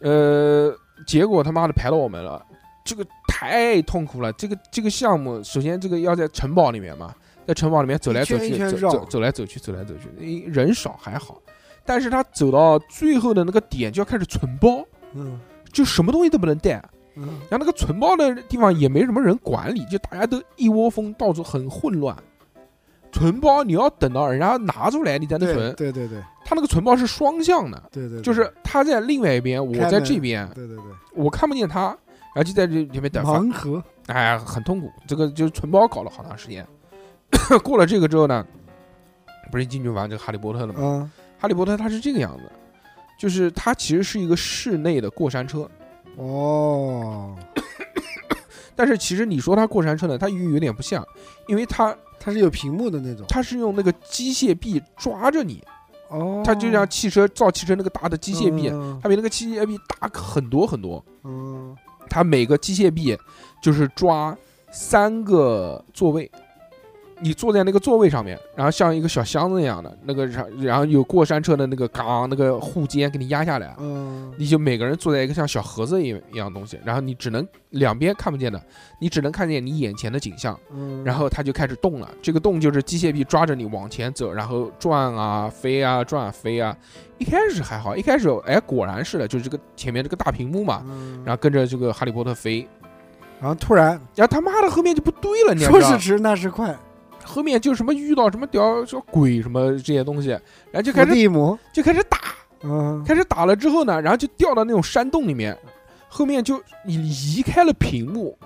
呃，结果他妈的排到我们了，这个太痛苦了。这个这个项目，首先这个要在城堡里面嘛，在城堡里面走来走一圈去，一圈走绕走走来走去，走来走去，诶人少还好，但是他走到最后的那个点就要开始存包，嗯就什么东西都不能带。嗯然后那个存包的地方也没什么人管理，就大家都一窝蜂，到处很混乱。存包你要等到人家拿出来，你才能对存。对对对他那个存包是双向的，对对，就是他在另外一边，我在开门这边，对对对我看不见他，然后就在这里面等。盲盒哎呀，很痛苦，这个就是存包搞了好长时间。 *coughs* 过了这个之后呢，不是进去玩这个哈利波特了吗？啊哈利波特它是这个样子，就是它其实是一个室内的过山车，哦，但是其实你说它过山车呢，它又有点不像，因为它它是有屏幕的那种它是用那个机械臂抓着你，哦，它就像汽车造汽车那个大的机械臂，嗯它比那个机械臂大很多很多。嗯它每个机械臂就是抓三个座位，你坐在那个座位上面，然后像一个小箱子一样的那个，然然后有过山车的那个杠那个护肩给你压下来，嗯你就每个人坐在一个像小盒子一一样东西，然后你只能两边看不见的，你只能看见你眼前的景象，嗯，然后它就开始动了。这个动就是机械臂抓着你往前走，然后转啊飞啊转啊飞啊。一开始还好，一开始哎果然是的，就是这个前面这个大屏幕嘛，嗯然后跟着这个哈利波特飞。然后突然然后他妈的后面就不对了，你要说知道时迟那时快，后面就什么遇到什么屌什么鬼什么这些东西，然后就伏开始地魔，就开始打，嗯，开始打了之后呢，然后就掉到那种山洞里面，后面就你移开了屏幕，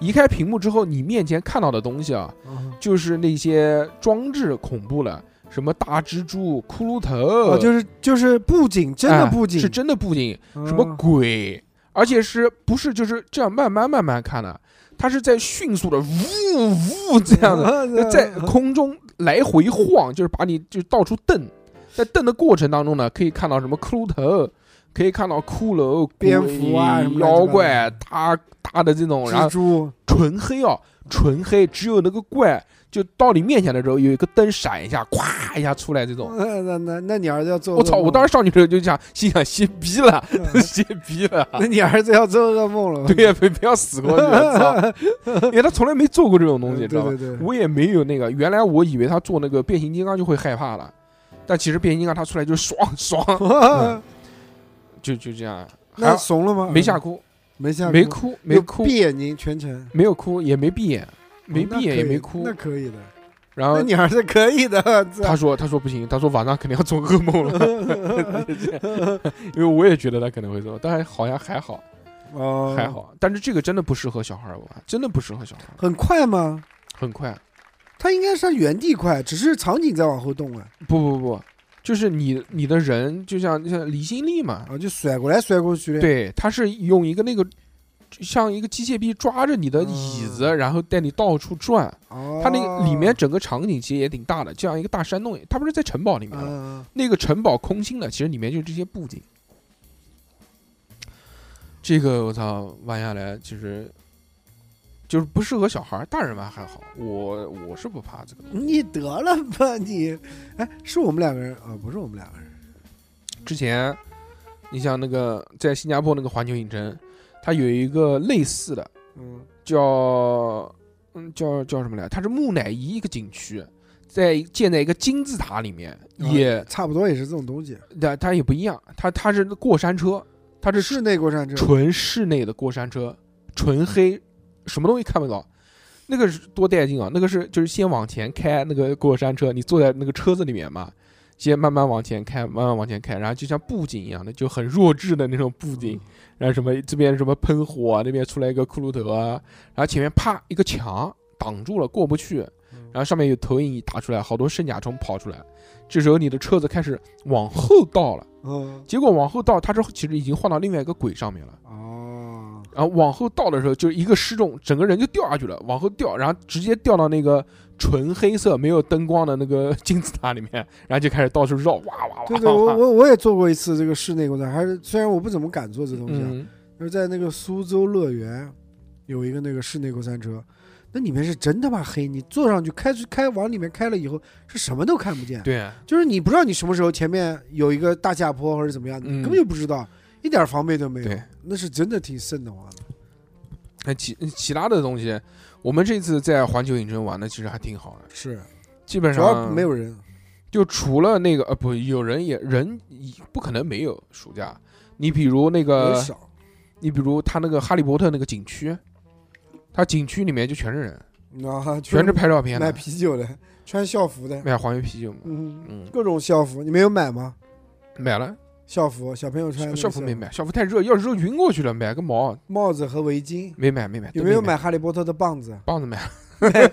移开屏幕之后，你面前看到的东西啊，嗯就是那些装置恐怖了，什么大蜘蛛、骷髅头，哦，就是就是布景，真的哎布景，是真的布景，嗯什么鬼？而且是不是就是这样慢慢慢慢看的？它是在迅速的呜呜这样的的在空中来回晃，就是把你就到处蹬，在蹬的过程当中呢，可以看到什么骷髅头，可以看到骷髅、蝙鬼蝠啊什么乱七八糟妖的怪，大大的这种， *laughs* 然蜘后蛛，纯黑 *laughs* 哦，纯黑，只有那个怪就到你面前的时候，有一个灯闪一下，咵一下出来这种。嗯那那那那你儿子要做噩我梦，操！我当时上去的时候就想，心想歇逼了， *laughs* 嗯歇逼了。那你儿子要做噩梦了，对呀，不不要死过去，操！因为他从来没做过这种东西，嗯知道吧对？对对，我也没有那个，原来我以为他做那个变形金刚就会害怕了，但其实变形金刚他出来就爽爽， *laughs* 嗯就就这样，啊那还怂了吗？没吓哭，没嗯吓，没，哭，没有哭，闭眼睛全程，哦没有哭，也没闭眼，没那闭眼也可以没哭那。可以的，然那后你儿子可以的，操他说：“他说不行，他说晚上肯定要做噩梦了， *laughs* 因为我也觉得他可能会做，但是好像还好，哦，还，好。但是这个真的不适合小孩玩，真的不适合小孩，很快吗？很快。”他应该是原地快，只是场景在往后动啊了，不不不，就是你你的人就像就像离心力嘛，然后就甩过来甩过去的，对，它是用一个那个像一个机械臂抓着你的椅子，然后带你到处转。嗯哦，它那个里面整个场景其实也挺大的，就像一个大山洞，它不是在城堡里面吗？嗯，那个城堡空心的，其实里面就是这些布景。这个我操，玩下来其实就是不适合小孩儿，大人玩还好，我我是不怕这个。嗯你得了吧你，哎，是我们两个人啊，不是我们两个人，之前，你像那个在新加坡那个环球影城，它有一个类似的，嗯，叫嗯叫叫什么来？它是木乃伊一个景区，在建在一个金字塔里面，也差不多也是这种东西，它它也不一样，它它是过山车，它是室内过山车，纯室内的过山车，纯黑，什么东西看不到。那个是多带劲啊！那个是就是先往前开那个过山车，你坐在那个车子里面嘛，先慢慢往前开，慢慢往前开，然后就像布景一样的，就很弱智的那种布嗯景。然后什么这边什么喷火啊，那边出来一个骷髅头啊，然后前面啪一个墙挡住了，过不去。然后上面有投影仪打出来，好多圣甲虫跑出来。这时候你的车子开始往后倒了，嗯，结果往后倒，它这其实已经换到另外一个轨上面了。 *laughs* 哦，然后往后倒的时候，就是一个失重，整个人就掉下去了，往后掉，然后直接掉到那个纯黑色没有灯光的那个金字塔里面，然后就开始到处绕，哇哇哇！对对，我我我也做过一次这个室内过山，还是虽然我不怎么敢做这东西，啊，嗯，就是在那个苏州乐园有一个那个室内过山车，那里面是真他妈黑，你坐上去开出开往里面开了以后是什么都看不见，对，就是你不知道你什么时候前面有一个大下坡或者怎么样，嗯你根本就不知道，一点防备都没有对，那是真的挺瘆得慌的。那其其他的东西，我们这次在环球影城玩的其实还挺好的，是，基本主要上没，有人。就除了那个呃不，有人也人不可能没有暑假。你比如那人个，少，你比如他那个哈利波特那个景区，他景区里面就全是人，啊，呃全是拍照片买的，啤酒的，穿校服的，卖黄油啤酒嘛，嗯，嗯，各种校服，你没有买吗？买了。校服，小朋友穿校的校服没，买，校服太热，要热晕过去了。买个毛帽子和围巾。没买，没买，有都没有买买哈利波特的 *laughs* 棒子？棒子买了？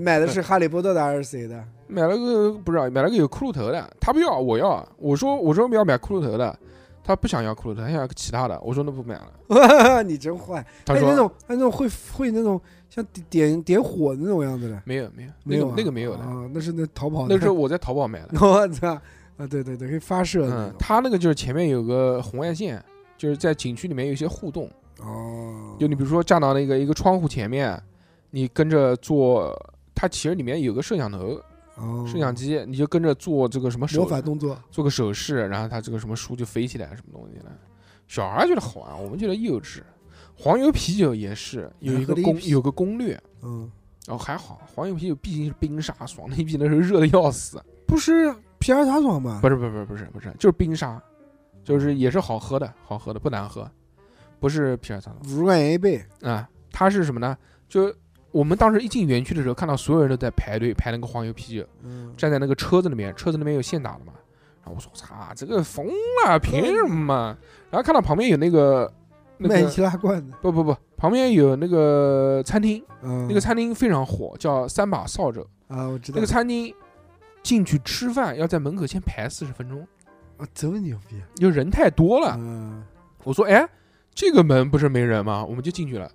买的是哈利波特的还是谁的？ *laughs* 买了个不知道，买了个有骷髅头的，他不要，我要。我说我说要买骷髅头的，他不想要骷髅头，他想要个其他的。我说那不买了。哎你真坏！他还有说、那种，还有那种会会那种像点点点火的那种样子的，没有没有，没有啊那个那个没有的，啊，那是那淘宝的。那是我在淘宝 *laughs* 买的。我操啊！对对对，可以发射的嗯，那他那个就是前面有个红外线，就是在景区里面有一些互动，种。哦，就你比如说站到那个一个窗户前面，你跟着做。它其实里面有个摄像头、哦摄像机，你就跟着做这个什么手魔法动作，做个手势，然后他这个什么书就飞起来，啊什么东西了。小孩觉得好玩，我们觉得幼稚。黄油啤酒也是有一个哎喝了一攻啤有个攻略，嗯，然后还好，黄油啤酒毕竟是冰沙，爽的一逼，那时候热的要死。不啊是皮尔塔爽吗？不是不是不是不是不是，就是冰沙，就是也是好喝的，好喝的不难喝，不是皮尔萨五十块钱一杯，啊。它是什么呢？就我们当时一进园区的时候，看到所有人都在排队排那个黄油啤酒，嗯，站在那个车子里面，车子里面有现打的嘛。然后我说：“操，这个疯了，凭什么？”然后看到旁边有那个那卖个易拉罐的，不不不，旁边有那个餐厅，嗯，那个餐厅非常火，叫三把扫帚。啊，我知道那个餐厅进去吃饭要在门口先排四十分钟，啊，这么牛逼，因为人太多了。嗯，我说：“哎，这个门不是没人吗？”我们就进去了。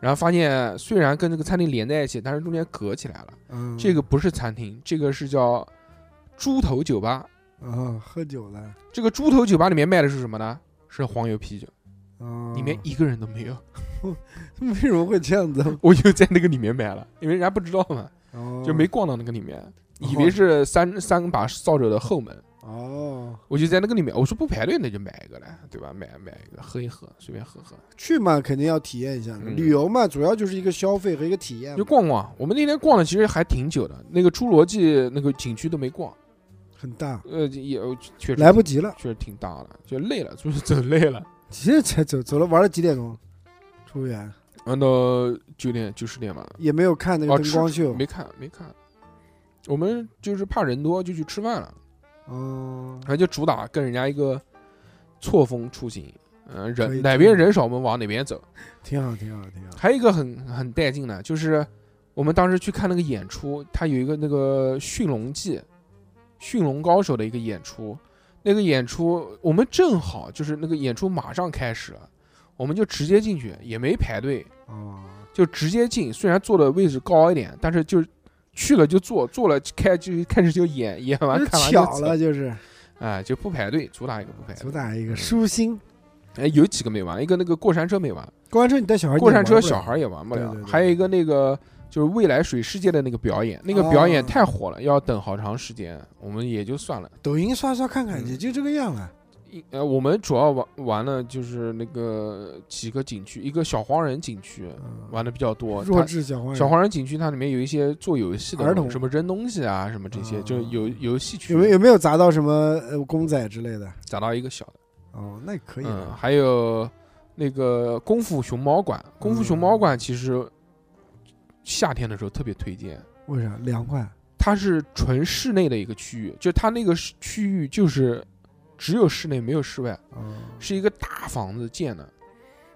然后发现虽然跟这个餐厅连在一起，但是中间隔起来了。嗯这个不是餐厅，这个是叫猪头酒吧。啊，喝酒了，这个猪头酒吧里面卖的是什么呢？是黄油啤酒，啊，里面一个人都没有。 *laughs* *laughs* 为什么会这样子？我就在那个里面买了，因为人家不知道嘛，哦，就没逛到那个里面，哦以为是三三把扫帚的后门。哦，我就在那个里面，我说不排队那就买一个来，对吧？买买一个喝一喝，随便喝喝，去嘛肯定要体验一下，嗯旅游嘛主要就是一个消费和一个体验嘛，就逛逛。我们那天逛了其实还挺久的，那个侏罗纪那个景区都没逛，很大，呃，也确实来不及了。确实挺大的，就累了，就是走累了。其实才走走了，玩了几点钟？出园玩到九点九十点吧，也没有看那哦个灯光秀，没看没看，我们就是怕人多就去吃饭了，哦，反正就主打跟人家一个错峰出行，嗯、可以人哪边人少我们往哪边走。挺好，挺好，挺好。还有一个很很带劲的，就是我们当时去看那个演出，它有一个那个《驯龙记》《驯龙高手》的一个演出，那个演出我们正好就是那个演出马上开始了，我们就直接进去，也没排队，哦，就直接进，虽然坐的位置高一点，但是就去了就坐，坐了开就开始就演，演完就看完就巧走了，，就是哎、就不排队，主打一个不排主队。打一个舒心。哎，有几个没玩，一个那个过山车没玩，过山车你带小孩，过山车小，孩也玩不了，对对对还有一个那个就是未来水世界的那个表演，那个表演太火啊了，要等好长时间，我们也就算了。抖音刷刷看看，嗯也就这个样了。一呃，我们主要玩玩了就是那个几个景区，一个小黄人景区嗯玩的比较多，弱它智小黄人，小黄人景区它里面有一些做游戏的啊儿童什么扔东西啊，什么这些，啊就有游戏区。有没有有没有砸到什么呃公仔之类的？找到一个小的？哦，那可以嗯，了。还有那个功夫熊猫馆，嗯功夫熊猫馆其实夏天的时候特别推荐，为啥凉快？它是纯室内的一个区域，就它那个是区域就是只有室内没有室外，哦是一个大房子建的。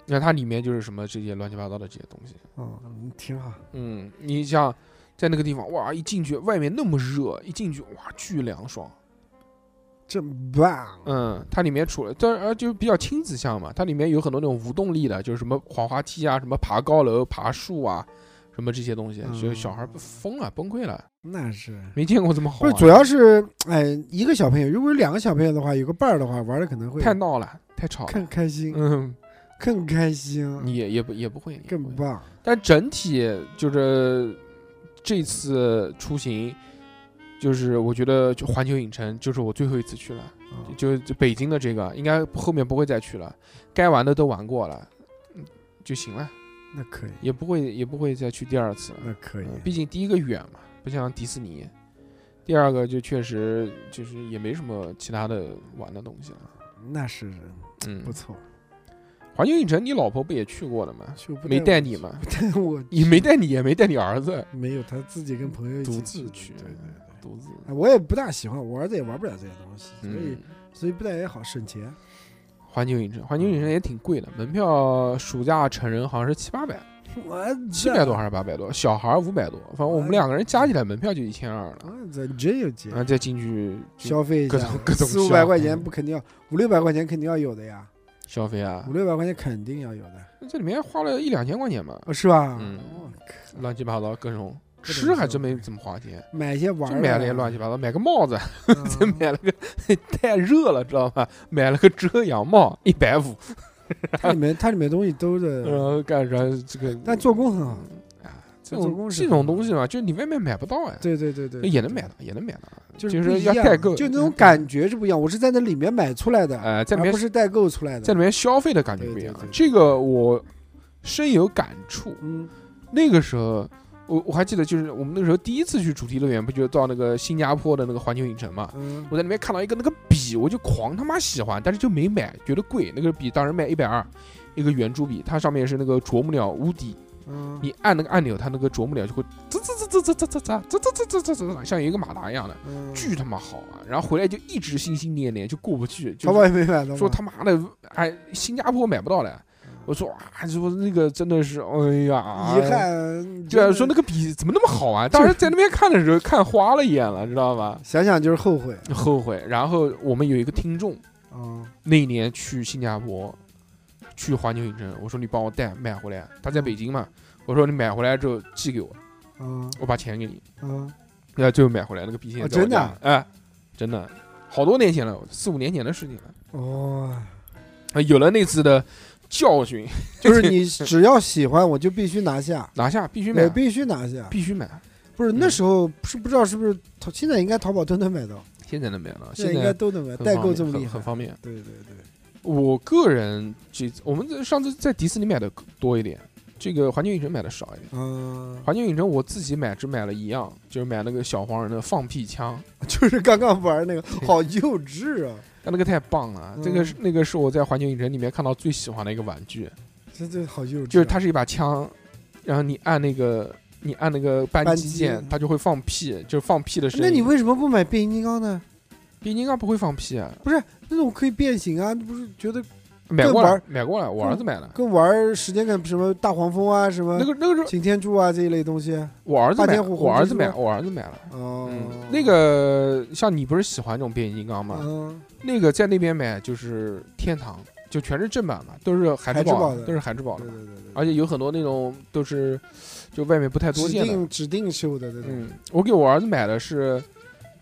你看它里面就是什么这些乱七八糟的这些东西，哦，嗯挺好。嗯，你像在那个地方哇，一进去外面那么热，一进去哇巨凉爽，真棒！啊嗯，它里面除了但呃就比较亲子向嘛，它里面有很多那种无动力的，就是什么滑滑梯啊，什么爬高楼、爬树啊，什么这些东西，嗯所以小孩不疯了、崩溃了，那是没见过这么好不玩是的。主要是哎一个小朋友，如果有两个小朋友的话，有个伴儿的话，玩的可能会太闹了，太吵更了，开心，嗯，更开心，你也也不也不会，也不更会棒。但整体就是这次出行，就是我觉得就环球影城就是我最后一次去了，啊就就北京的这个应该后面不会再去了，该玩的都玩过了，嗯就行了，那可以，也不会也不会再去第二次了。那可以嗯，毕竟第一个远嘛，不像迪士尼。第二个就确实就是也没什么其他的玩的东西了。那是嗯不，错。环球影城你老婆不也去过了吗？就不没我带你去，吗？ *laughs* 不带我也没带你，也没带你儿子。没有，他自己跟朋友一起嗯独自去，嗯对对对。独自，哎我也不大喜欢，我儿子也玩不了这些东西，所以、嗯，所以不带也好省钱。 *laughs* 环球影城，环球影城也挺贵的，门票暑假成人好像是七八百，我七百多还是八百多，小孩五百多，反正我们两个人加起来门票就一千二了，啊，这真有钱然，后再进去就消费一各下种各种四五消百费块钱不肯定要，五六百块钱肯定要有的呀，消费啊五，六百块钱肯定要有的，这里面花了一两千块钱吧，哦、是吧？嗯我靠乱七八糟各种种吃还消真没费怎么花钱，买一些玩就儿啊买了的些乱七八糟，买个帽子， *laughs* 嗯再买了个太热了知道吧？买了个遮阳帽一百五，它里面它里面东西都然是，后干啥这个，嗯哎但做工很好。这做种工是这种很东西嘛，就是你外面买不到呀。对对对对，也能买到，也能买到，就是是不一要样啊代购，就那种感觉是不一样。我是在那里面买出来的，呃，嗯在里而面不是代购出来的。在里面消费的感觉对不一对样对。对这个我深有感触。嗯那个时候，我我还记得，就是我们那个时候第一次去主题乐园，不就到那个新加坡的那个环球影城嘛？嗯我在里面看到一个那个笔，我就狂他妈喜欢，但是就没买，觉得贵。那个笔当时卖一百二，一个圆珠笔，它上面是那个啄木鸟屋底嗯，你按那个按钮，它那个啄木鸟就会滋滋滋滋滋滋滋滋滋滋滋滋滋，像有一个马达一样的，嗯巨他妈好玩。然后回来就一直心心念念，就过不去，就淘宝也没买到吗，嗯说他妈的，哎，新加坡买不到嘞。我说啊，说那个真的是，哎呀，遗。憾，对真啊，的说那个笔怎么那么好 *laughs* 玩？当时在那边看的时候看花了眼了，知道吧？想想就是后悔后悔。然后我们有一个听众，啊，那一年去新加坡，去环球影城，我说你帮我带买回来，他在北京嘛，我说你买回来之后寄给我，嗯我把钱给你。 *laughs* 嗯然后最后买回来那个笔仙哦在我真的家啊，哎，真的，好多年前了，四五年前的事情了。哦，啊有了那次的教训，就是你只要喜欢，我就必须拿下，拿下必须买啊我，必须拿下。必须买。不是嗯那时候是不知道是不是淘，现在应该淘宝都能买到，现在能买了，现在现应该在都能买，很代方购便这么很厉害很，方便。对对对，我个人这次我们在上次在迪士尼买的多一点，这个环球影城买的少一点。嗯， *laughs* 环球影城我自己买只买了一样，就是买那个小黄人的放屁枪，就是刚刚玩那个，好幼稚啊！但那个太棒了，这嗯个是那个是我在环球影城里面看到最喜欢的一个玩具，真的好幼稚啊，就是它是一把枪，然后你按那个你按那个扳扳机机键，它就会放屁，就是放屁的声音。那你为什么不买变形金刚呢？变形金刚不会放屁啊？那种可以变形啊，那不是觉得买过玩了儿，买过了，我儿子买的。跟玩儿时间感什么大黄蜂啊，什么那个那个时候擎天柱啊这一类东西？我儿子霸买，天虎我红儿蜘子蛛买，我儿子买了。哦嗯，，那个像你不是喜欢这种变形金刚吗？嗯，那个在那边买就是天堂，就全是正版嘛，都是海之海之宝宝的都是海之宝的对嘛，对对对，而且有很多那种都是就外面不太多指见的。定指定秀的这种，嗯，我给我儿子买的是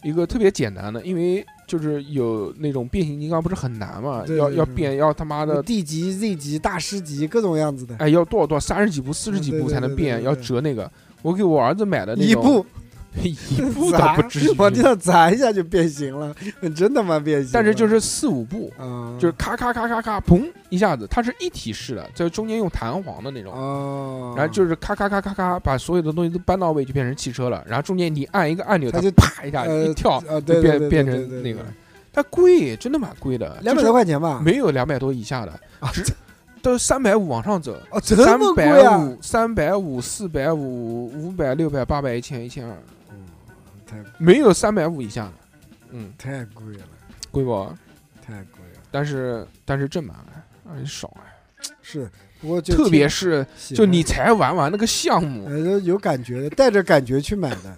一个特别简单的，因为就是有那种变形金刚不是很难嘛，对要对要对变要他妈的 D 级、Z 级、大师级各种样子的，哎要多少多少三十几步四十几嗯对步对才能对对变，对要对折那个。我给我儿子买的那一种步 *laughs* 一步倒 *laughs* 砸不至于，往地上砸一下就变形了， *laughs* 真他妈变形。但是就是四五步，啊，就是咔咔咔咔咔，砰一下子，它是一体式的，在中间用弹簧的那种，啊，然后就是咔咔咔咔咔，把所有的东西都搬到位，就变成汽车了。然后中间你按一个按钮，它它就啪一下呃一跳，就啊，对对变对，变对成那，对个对了对。它贵，真的蛮贵的，两百就是多块钱吧？没有两百多以下的，啊只都三百五往上走，哦，这三么贵百啊！五、三百五、四百五、五百、六百、八百、一千、一千二，太没有三百五以下的，嗯，太贵了，贵不？太贵了。但是但是正版哎哎少哎，是，不过就特别挺是。喜就欢你，才玩完那个项目，呃，有感觉的，带着感觉去买的。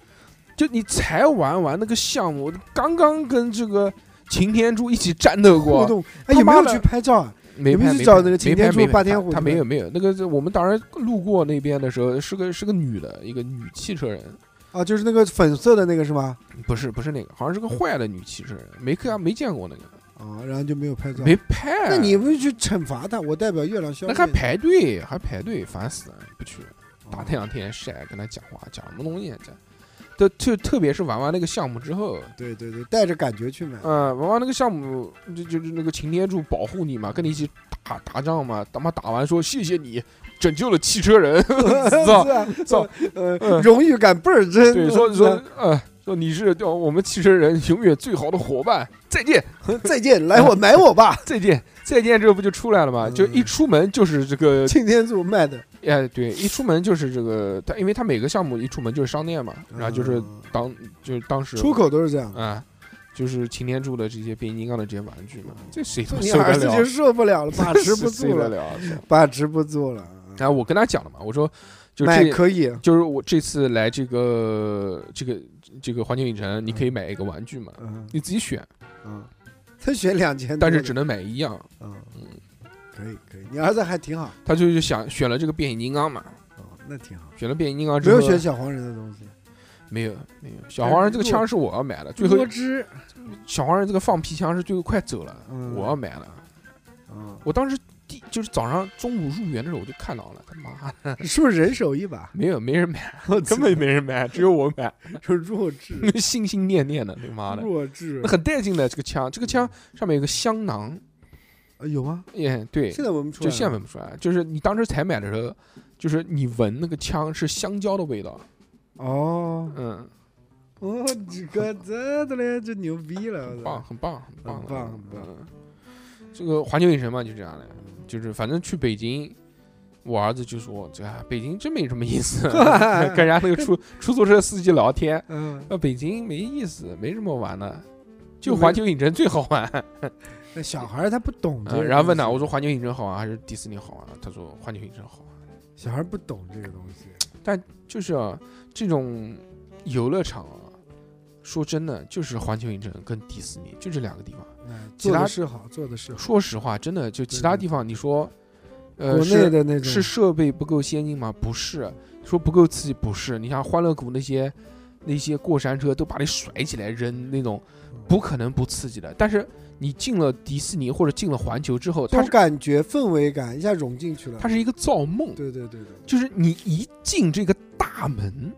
就你才玩完那个项目，刚刚跟这个擎天柱一起战斗互过，动，哎，他有没妈有的去拍照啊？没你们拍去没找拍那个没擎天拍柱没拍霸天虎他是没吧有没有那个是我们当时路过那边的时候，是个是个女的，一个女汽车人，啊，就是那个粉色的那个是吗？不是不是那个，好像是个坏的女汽车人，没看没见过那个，啊，然后就没有拍照。没拍。那你不去惩罚他？我代表月亮消那费。还排队还排队，烦死了，不去。哦打太？阳天晒，跟他讲话，讲什么东西啊？这，都就特别是玩完那个项目之后，对对对，带着感觉去买。嗯，玩完那个项目，就就是那个擎天柱保护你嘛，跟你一起打打仗嘛，他妈打完说谢谢你拯救了汽车 *laughs* 人，操是操啊，呃嗯呃，荣誉感倍儿真。对， *laughs* 说说呃说你是叫我们汽车人永远最好的伙伴，再见嗯再见，来嗯我买 *laughs* 我吧。再见再见，这不就出来了嘛？嗯就一出门就是这个，擎天柱卖的，哎对，一出门就是这个，他因为他每个项目一出门就是商店嘛，然后就是嗯当就是当时出口都是这样的。啊。就是擎天柱的这些变形金刚的这些玩具嘛，这谁他妈你受得儿子就了？受不了了，把持不 *laughs* 谁受住得了，了？啊把持不住了。嗯然后我跟他讲了嘛，我说就买这，可以，啊就是我这次来这个这个这个环球影城，你可以买一个玩具嘛，嗯你自己选，嗯，他选两千，但是只能买一样。嗯嗯，可以可以，你儿子还挺好啊他就是想选了这个变形金刚嘛，，哦那挺好，选了变形金刚之没后有选小黄人的东西。没有没有小黄人这个枪是我要买的，最后多汁，小黄人这个放屁枪是最后快走了，嗯我要啊买了。嗯，我当时第就是早上中午入园的时候我就看到了，他妈的是不是人手一把？没有没人买， *laughs* 我根本没人买，只有我 *laughs* 买，是弱智， *laughs* 心心念念的，他妈的。弱智那。很带劲的这个枪，这个枪嗯上面有个香囊，呃有吗？耶，对，现在闻不出就来，现在闻不出来，就是你当时才买的时候，就是你闻那个枪是香蕉的味道，哦，嗯，哦，这个这的嘞，这牛逼了，我很操棒，很棒，很棒的，很棒很棒嗯，这个环球影城嘛，就这样的，就是反正去北京，我儿子就说：“这啊北京真没什么意 *laughs* 思，跟人家那个出出租车司机聊天，嗯，那北京没意思，没什么玩的，就没环球影城最好玩。那小孩儿他不懂这嗯个，然后问他，他，我说环球影城好玩还是迪士尼好玩？他说环球影城好玩。小孩儿不懂这个东西，就是、啊、这种游乐场啊，说真的，就是环球影城跟迪士尼就这两个地方。嗯其做他的是好，做的是好，说实话，真的就其对他对地方，你说，呃，国内是的那种是设备不够先进吗？不是，说不够刺激不是。你像欢乐谷那些那些过山车都把你甩起来扔那种，嗯不可能不刺激的。但是你进了迪士尼或者进了环球之后，这它种是感觉氛围感一下融进去了，它是一个造梦，对对对对，就是你一进这个大门，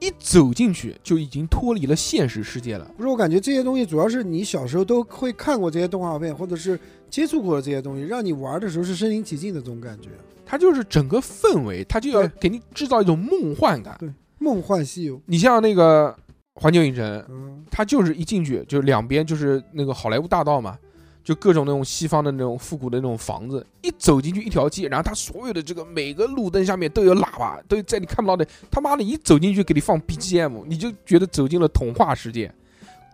一走进去就已经脱离了现实世界了。不是我感觉这些东西主要是你小时候都会看过这些动画片，或者是接触过这些东西，让你玩的时候是身临其境的这种感觉，它就是整个氛围，它就要对给你制造一种梦幻感。对梦幻西游，你像那个环球影城，嗯，它就是一进去就两边就是那个好莱坞大道嘛，就各种那种西方的那种复古的那种房子，一走进去一条街，然后它所有的这个每个路灯下面都有喇叭，都有在你看不到的，他妈的一走进去给你放 BGM，你就觉得走进了童话世界。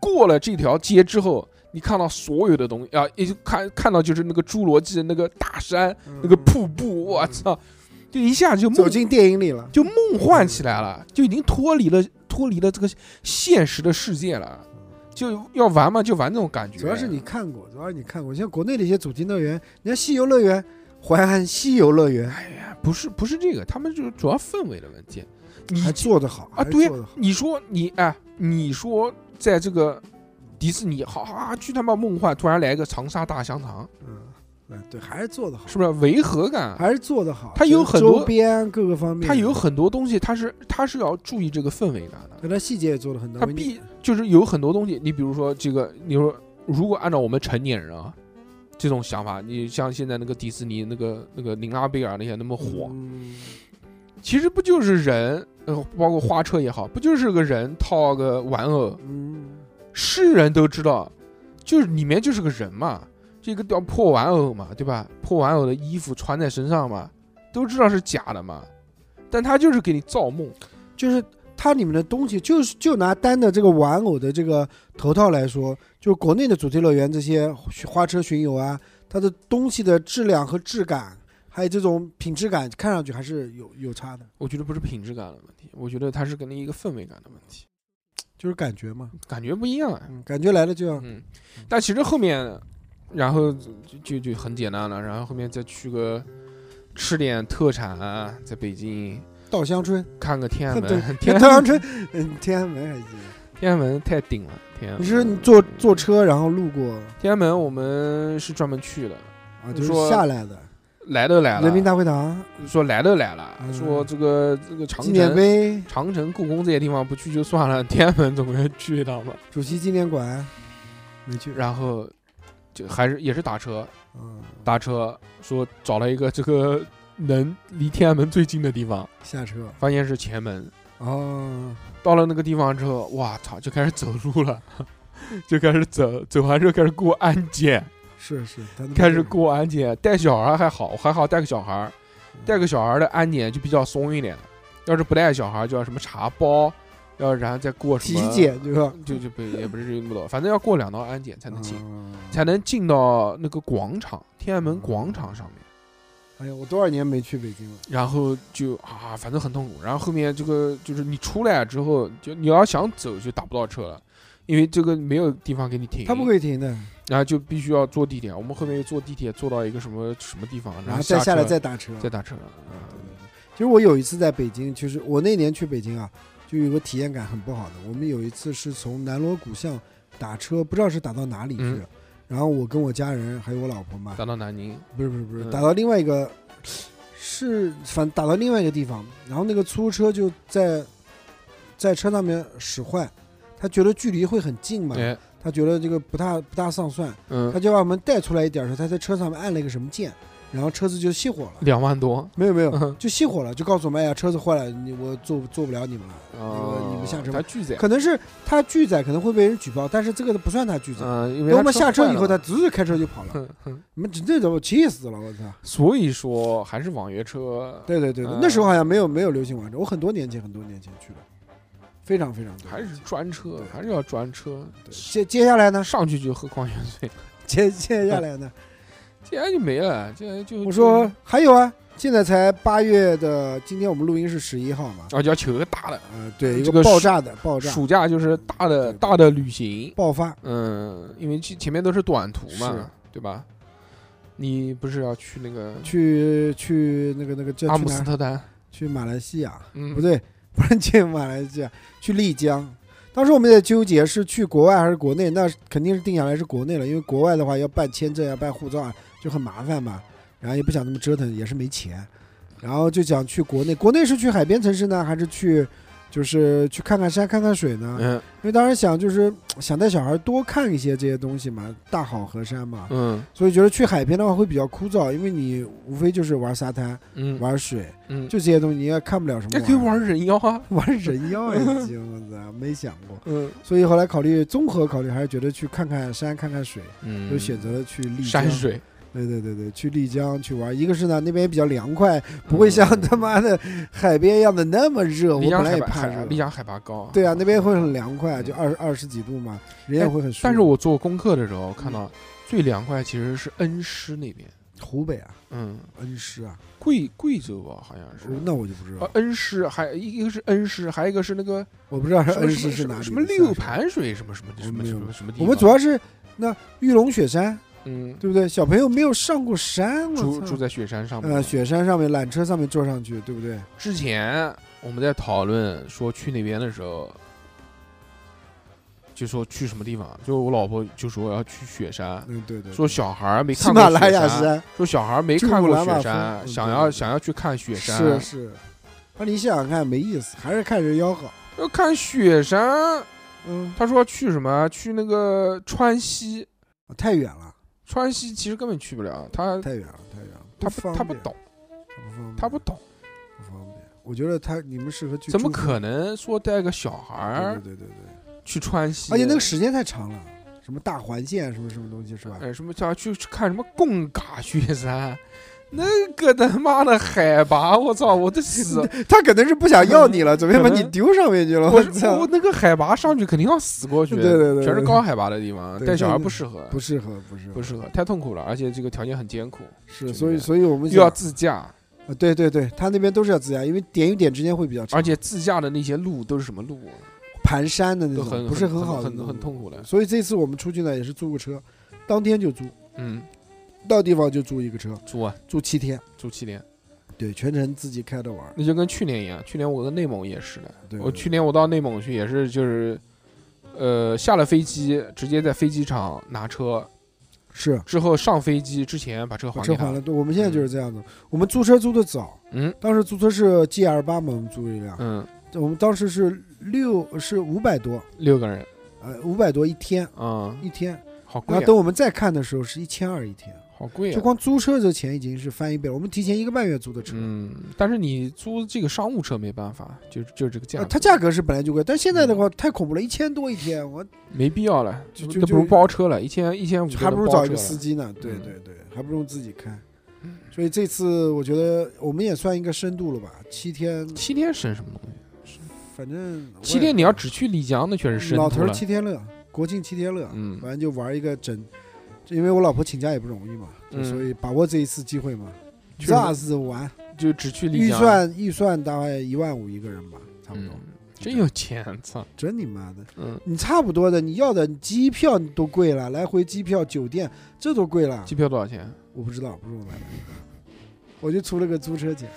过了这条街之后，你看到所有的东西啊，也就看看到就是那个侏罗纪的那个大山、那个瀑布，我操，就一下就梦嗯走进电影里了，就梦幻起来了，就已经脱离了脱离了这个现实的世界了，就要玩嘛就玩那种感觉。主要是你看过，主要是你看过，像国内的一些主题乐园，你看西游乐园、淮安西游乐哎园不是不是这个，他们就是主要氛围的问题。你还做得好啊，还对做得好，你说你哎，你说在这个迪士尼，好啊，去他妈梦幻，突然来一个长沙大香肠，嗯，哎对，还是做得好，是不是违和感？还是做得好，它有就是很多周边各个方面，它有很多东西，它是它是要注意这个氛围感的。对，它细节也做得很到它位，你嗯必就是有很多东西，你比如说这个，你说如果按照我们成年人啊这种想法，你像现在那个迪士尼那个那个琳娜贝尔那些那么火，嗯其实不就是人，呃，包括花车也好，不就是个人套个玩偶，嗯，是人都知道，就是里面就是个人嘛，这个叫破玩偶嘛，对吧？破玩偶的衣服穿在身上嘛，都知道是假的嘛，但他就是给你造梦，就是它里面的东西，就是就拿单的这个玩偶的这个头套来说，就国内的主题乐园这些花车巡游啊，它的东西的质量和质感，还有这种品质感，看上去还是有有差的，我觉得不是品质感的问题，我觉得它是给你一个氛围感的问题，就是感觉嘛，感觉不一样、啊。嗯，感觉来了就要嗯，但其实后面，然后就就就很简单了，然后后面再去个吃点特产啊，在北京稻香村，看个天安对门，天稻安门香村，嗯， *laughs* 天安门还行。天安门太顶了，天安门。你是你坐坐车然后路过天安门，我们是专门去的，啊，就是说下来的来都来了，人民大会堂说来都来了，嗯说这个这个长纪念城、碑、长城、故宫这些地方不去就算了， *laughs* 天安门总归去一趟吧。主席纪念馆没去，然后就还是也是打车，嗯，打车说找了一个这个能离天安门最近的地方，下车发现是前门。哦，到了那个地方之后，哇操，就开始走路了， *laughs* 就开始走，走完之后开始过安检，是是，他那边开始过安检。带小孩还好，我还好带个小孩，带个小孩的安检就比较松一点。要是不带小孩，就要什么查包，要然后再过什体么检对吧？就就不也不是那么多，反正要过两道安检才能进，嗯才能进到那个广场，天安门广场上面。哎呀，我多少年没去北京了，然后就啊，反正很痛苦。然后后面这个就是你出来之后，就你要想走就打不到车了，因为这个没有地方给你停。他不，会停的，然后就必须要坐地铁。我们后面又坐地铁坐到一个什么什么地方，然后后再下下来车再嗯打车。再打车。其实我有一次在北京，就是我那年去北京啊，就有个体验感很不好的。我们有一次是从南锣鼓巷打车，不知道是打到哪里去，嗯然后我跟我家人还有我老婆嘛，打到南宁，不是不是不是，嗯打到另外一个，是反打到另外一个地方，然后那个出租车就在在车上面使坏，他觉得距离会很近嘛，哎，他觉得这个不大不大上算，嗯他就把我们带出来一点儿的时候，他在车上面按了一个什么键，然后车子就熄火了。两万多，没有没有，嗯就熄火了，就告诉我们，哎呀，车子坏了，你我做做不了你们了。哦你们下车吧他拒载，可能是他拒载，可能会被人举报，但是这个不算他拒载。嗯，因为等我们他下车坏以了嗯后，他嘛，直接开车就跑了。哼哼你们这都气死了，我操！所以说还是网约车对对对对嗯，那时候好像没有没有流行玩车，我很多年前很多年前去了，非常非常多。还是专车对，还是要专车，对接接下来呢？ *laughs* 上去就喝矿泉水，接接下来呢？竟然就没了，竟然就我说还有啊，现在才八月的，今天我们录音是十一号嘛？啊，要求个大的，呃，对，一嗯这个爆炸的爆炸暑假就是大的哦对对大的旅行，爆发，嗯，因为前前面都是短途嘛是，对吧？你不是要去那个去去那个那个叫阿去姆斯哪？特丹？去马来西亚？嗯，不，对，不是去马来西亚，去丽江。当时我们也在纠结是去国外还是国内，那肯定是定下来是国内了，因为国外的话要办签证啊、办护照啊，就很麻烦嘛。然后也不想那么折腾，也是没钱，然后就想去国内。国内是去海边城市呢，还是去就是去看看山、看看水呢？嗯因为当时想就是想带小孩多看一些这些东西嘛，大好河山嘛，嗯所以觉得去海边的话会比较枯燥，因为你无非就是玩沙滩、嗯玩水，嗯，就这些东西你也看不了什么这玩意儿。 *laughs* 可以玩人妖啊，玩人妖已 *laughs* 经，我操，没想过。嗯所以后来考虑，综合考虑，还是觉得去看看山、看看水，嗯，就选择了去丽江。山。水，对对对对，去丽江去玩。一个是呢，那边也比较凉快，嗯不会像他妈的海边一样的那么热。丽我江本来海也拔怕海拔，热。丽江海拔高，对啊，那边会很凉快，嗯哎就二二十几度嘛，人也会很舒服。但是我做功课的时候看到最凉快其实是恩施那边，湖北啊，嗯，恩施啊，呃贵贵州吧，好像是。那我就不知啊道，，恩施还一个是恩施，还有一个是那 *laughs* 个我不知道什么恩什施么是什哪么里。什么六。盘水什么什么什么没什有么什么地我方。们主要是那玉龙雪山，嗯对不对？小朋友没有上过山，我住操住在雪山上呃，面。雪山上面缆车上面坐上去，对不对？之前我们在讨论说去那边的时候，就说去什么地方，啊就我老婆就说要去雪山，嗯，对对。说小孩儿没喜看马过拉雪雅山，山说小孩儿没珠看穆过朗玛雪峰山，嗯想对要对想要去看雪山，是是，那你想想看，没意思，还是看人妖好。要看雪山。嗯，他说去什么？去那个川西，太远了，川西其实根本去不了，他太远了，太远了。他不他不不，懂，不方便他不懂，不方便。我觉得他你们适合去，怎么？可能说带个小孩对儿对对对对，去川西？嗯而且那个时间太长了，什么大环线什么什么东西是吧？呃什么叫去去看什么贡嘎雪山？那个他妈的海拔，我操，我都死！ *laughs* 他可能是不想要你了，准备把可你能丢上面去了。我操我，那个海拔上去肯定要死过去，对对对全是对高海拔的地方，对带小那孩个不适合，不适合，不适合，不适合，太痛苦了，而且这个条件很艰苦，是，所以所以我们又要想自驾，啊，对对对，他那边都是要自驾，因为点与点之间会比较长，而且自驾的那些路都是什么路，盘山的那都种，很不是很好的那很种很。痛苦的。所以这次我们出去呢，也是租个车，当天就租，嗯，到地方就租一个车，住啊，住七天，住七天，对，全程自己开着玩儿。那就跟去年一样，去年我跟内蒙也是的，对，我对去年我到内蒙去也是，就是，呃，下了飞机直接在飞机场拿车，是之后上飞机之前把车把还车给他还。了。对，我们现在就是这样的。我们租车租的早，嗯当时租车是 G L 八嘛，我们租一辆，嗯，我们当时是六是五百多，六个人呃，五百多一天啊、嗯，一天。好贵然后啊，等我们再看的时候是一千二一天，好贵就啊。光租车这钱已经是翻一倍了。我们提前一个半月租的车，嗯，但是你租这个商务车没办法，就就这个价啊格，嗯它价格是本来就贵，但现在的话太恐怖了，一千多一天，我没必要了，就那就那不如就包车了，一千一千五，还不如找一个司机。机呢。对嗯对对，还不如自己开。所以这次我觉得我们也算一个深度了吧，七天，七天省什么东西？反正我也七天你要只去丽江，那确实深老度头儿了。七天乐，国庆七天乐，嗯反正就玩一个整。因为我老婆请假也不容易嘛，就嗯所以把握这一次机会嘛，确实这次玩。就只去丽预江，算预算大概一万五一个人吧，差不多。啊嗯，真有钱，操，真你妈的！嗯，你差不多的，你要的机票都贵了，来回机票、酒店这都贵了机。票多少钱？我不知道，不是我买的，我就出了个租车钱。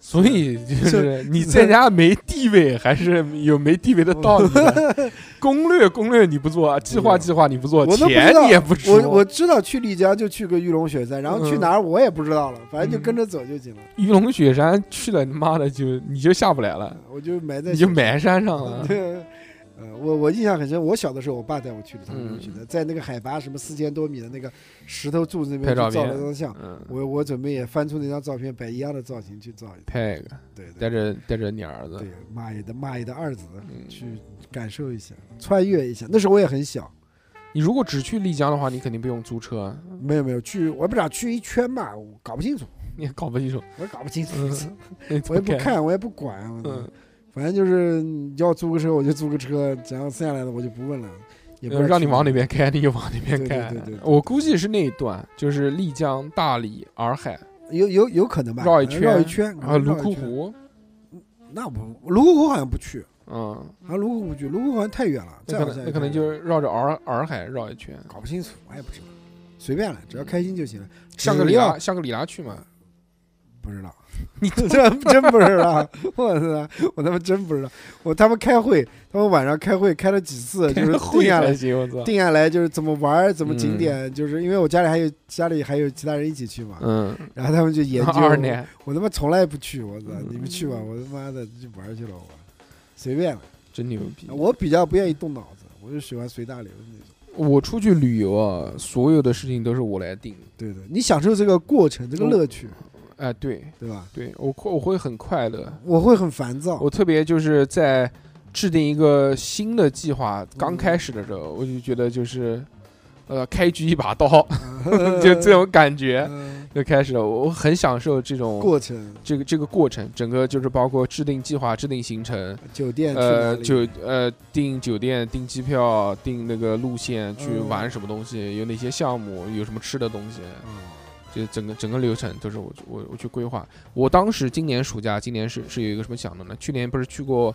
所以嗯就是你在家没地位，还是有没地位的道理 *laughs* 的。攻略攻略你不做，计划计划你嗯不做，我都不钱知道你也不出。我我知道去丽江就去个玉龙雪山，然后去嗯哪儿我也不知道了，反正就跟着走就行了。玉龙雪山去了，你妈的就你就下不来了，我就埋在嗯你就雪埋山上山。了对， *laughs* 呃，我我印象很深，我小的时候，我爸带我去的，他嗯们去的，在那个海拔什么四千多米的那个石头柱子那边拍照去照片了张相。嗯，我我准备也翻出那张照片，摆一样的造型去照一套。拍一个，对对带着带着你儿子嗯对，蚂蚁的蚂蚁的二子去感受一下，穿越一下。那时候我也很小，你如果只去丽江的话，你肯定不用租车，没有没有去，我也不知道去一圈吧，我搞不清楚，你也搞不清楚，我也搞不清楚，嗯我也不，看，我也不管，我嗯，反正就是要租个车我就租个车，只要剩下来的我就不问了，也不呃知道让你去往哪哪边开你就往哪边对对开对对对。我估计是那一段，就是丽江、大理、洱海，有有有可能吧，绕一反正绕一嗯圈圈然后泸绕一沽圈湖，那不泸沽湖好像不去，嗯，啊，泸沽湖不去，泸沽湖好像太远了，那再可往下能一那可能看就是绕着洱洱海绕一圈，搞不清楚，我也不知道，随便了，只要开心就行了。香格只里要拉，香格里拉去嘛，不知 *laughs* 道，你这 *laughs* 真不知道，我操，我他妈真不知道，我他们开会，他们晚上开会开了几次， *laughs* 就是定会下才来，行，我操，定下来就是怎么玩儿，怎么景嗯点，就是因为我家里还有家里还有其他人一起去嘛，嗯，然后他们 *laughs* 就研究，二年，我他妈从来不去，我操，嗯你们去吧，我他妈的就玩儿去了，我随便了，真牛逼。我比较不愿意动脑子，我就喜欢随大流的那种。我出去旅游啊，所有的事情都是我来定。对对，你享受这个过程，这个乐趣，哎，对，对吧？对我快我会很快乐。我会很烦躁，我特别就是在制定一个新的计嗯划刚开始的时候，我就觉得就是，呃，开局一把 *laughs* 刀，就这种感觉嗯就开始了。我我很享受这种过程，这个这个过程，整个就是包括制定计划、制定行程，酒店去哪呃，里酒呃订酒店、订机票、订那个路线去嗯玩什么东西，有哪些项目，有什么吃的东西，啊就整个整个流程都是我我我去规划。我当时今年暑假，今年是是有一个什么想的呢？去年不是去过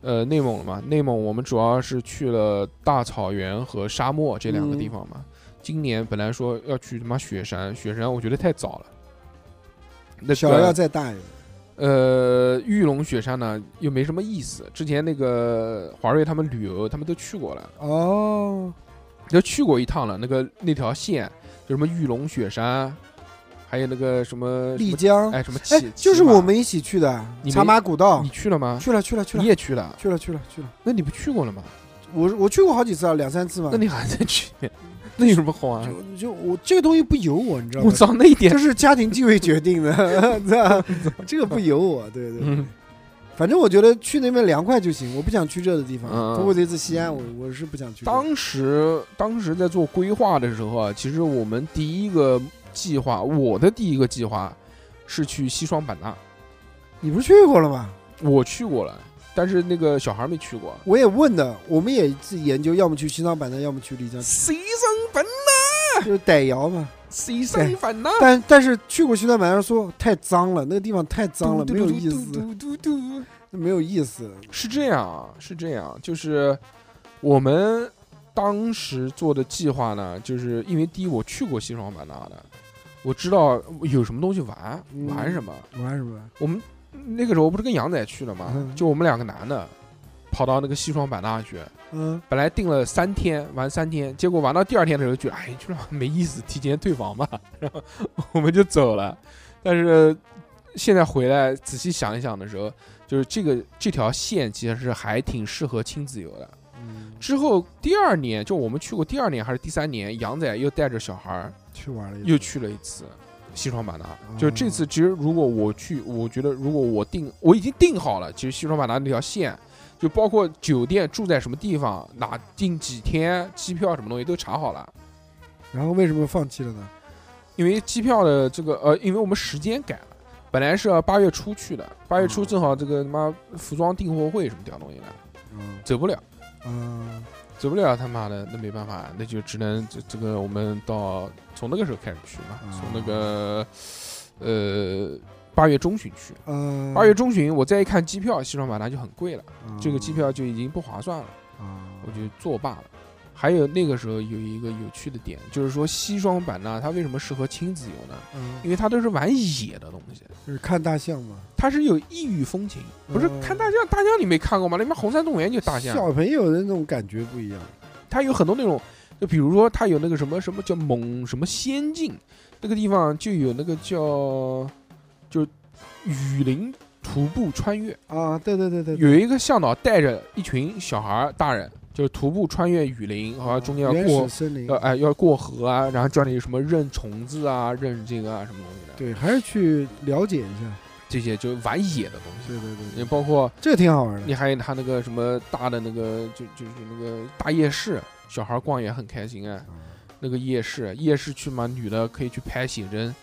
呃内蒙了嘛？内蒙我们主要是去了大草原和沙漠这两个地嗯方嘛。今年本来说要去他妈雪山，雪山我觉得太早了。那个、小孩要再大一点，呃，玉龙雪山呢又没什么意思。之前那个华瑞他们旅游，他们都去过了，哦，都去过一趟了。那个那条线，就什么玉龙雪山，还有那个什么什丽么江，哎什么骑哎，就是骑马我们一起去的你没茶马古道你，去了吗？去了去了去了你也啊去了？去了去了去了，那你不去过了吗？我我去过好几次啊，两三次嘛那，你还在去？那有什么好玩？就就我这个东西不由我，你知道我吗？操，那一点这，是家庭地位决定的， *laughs* 这样 *laughs* 这个不由我，对对。嗯，反正我觉得去那边凉快就行，我不想去热的地方。嗯通过这次西安，我我是不想去热的。当时当时在做规划的时候啊，其实我们第一个计划，我的第一个计划是去西双版纳，你不是去过了吗？我去过了，但是那个小孩没去过。我也问的，我们也自己研究，要么去西双版纳，要么去丽江，西双版就是傣窑嘛。纳，西双版纳，但但是去过西双版纳说太脏了，那个地方太 *laughs* 脏了，嘟没有嘟嘟意思，嘟嘟嘟嘟没有意思。是这样啊，是这样，就是我们当时做的计划呢，就是因为第一我去过西双版纳的，我知道有什么东西玩嗯玩什么。玩什么？我们那个时候不是跟杨仔去了嘛，嗯就我们两个男的跑到那个西双版纳去，嗯，本来定了三天玩三天，结果玩到第二天的时候觉得哎，这没意思，提前退房吧， *laughs* 然后我们就走了。但是现在回来仔细想一想的时候，就是这个这条线其实是还挺适合亲子游的。之后第二年，就我们去过第二年还是第三年，杨仔又带着小孩儿去玩了一次又去了一次西双版纳。就这次，其实如果我去，我觉得如果我定，我已经定好了，其实西双版纳那条线，就包括酒店住在什么地方，哪定几天，机票什么东西都查好了。然后为什么放弃了呢？因为机票的这个呃，因为我们时间改了，本来是要八月初去的，八月初正好这个他妈服装订货会什么屌东西的，嗯走不了，嗯，走不了，他妈的那没办法，那就只能这这个我们到从那个时候开始去啊嘛，从那个呃八月中旬去。嗯八月中旬，我再一看机票，西双版纳就很贵了，嗯这个机票就已经不划算了，啊我就作罢了。还有那个时候有一个有趣的点，就是说西双版纳它为什么适合亲子游呢？嗯因为它都是玩野的东西，就是看大象嘛。它是有异域风情，不是嗯看大象，大象你没看过吗？那边红山动物园就大象，小朋友的那种感觉不一样。它有很多那种，就比如说它有那个什么什么叫猛什么仙境，那个地方就有那个叫就雨林徒步穿越，啊，对对对对，对有一个向导带着一群小孩儿、大人，就是徒步穿越雨林，好像啊中间要原过始森林要，哎要过河啊，然后教你什么认虫子啊、认这个啊什么东西的，对，还是去了解一下，这些就是玩野的东西。对对对对，也包括这个挺好玩的。你还有他那个什么大的那个，就就是那个大夜市，小孩儿逛也很开心啊。那个夜市，夜市去嘛，女的可以去拍写真，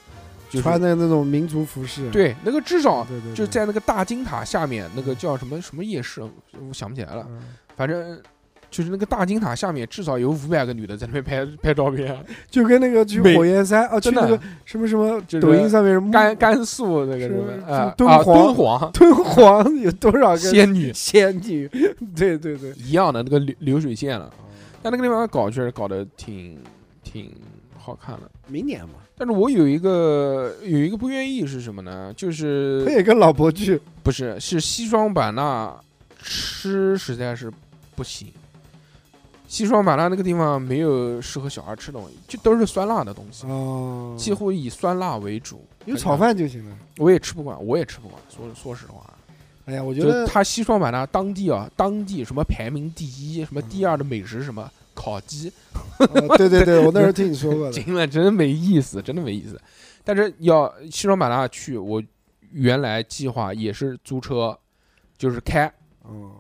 就是穿的那种民族服饰，啊对那个至少对对，就对在那个大金塔下面，那个叫什么什么夜市，我想不起来了。嗯反正就是那个大金塔下面，至少有五百个女的在那边拍拍照 *laughs* 片。就跟那个去美火焰山啊，去真的那个什么什么就是抖音上面什么甘甘肃那个什么是啊敦啊煌敦煌 *laughs* 敦煌有多少个仙女仙女？ *laughs* 对对对，一样的那个流流水线了。但那个地方搞确实搞得挺挺好看的。明年嘛，但是我有一个有一个不愿意是什么呢？就是可以跟老婆去不是是西双版纳吃实在是不行。西双版纳那个地方没有适合小孩吃的东西，就都是酸辣的东西，哦几乎以酸辣为主。有炒饭就行了。我也吃不惯，我也吃不惯。说说实话，哎呀，我觉就得是它西双版纳当地啊，当地什么排名第一，什么第二的美食什么烤鸡，哦对对对，我那时候听你 *laughs* 说过的，真的真没意思，真的没意思。但是要西双版纳去，我原来计划也是租车，就是开。哦，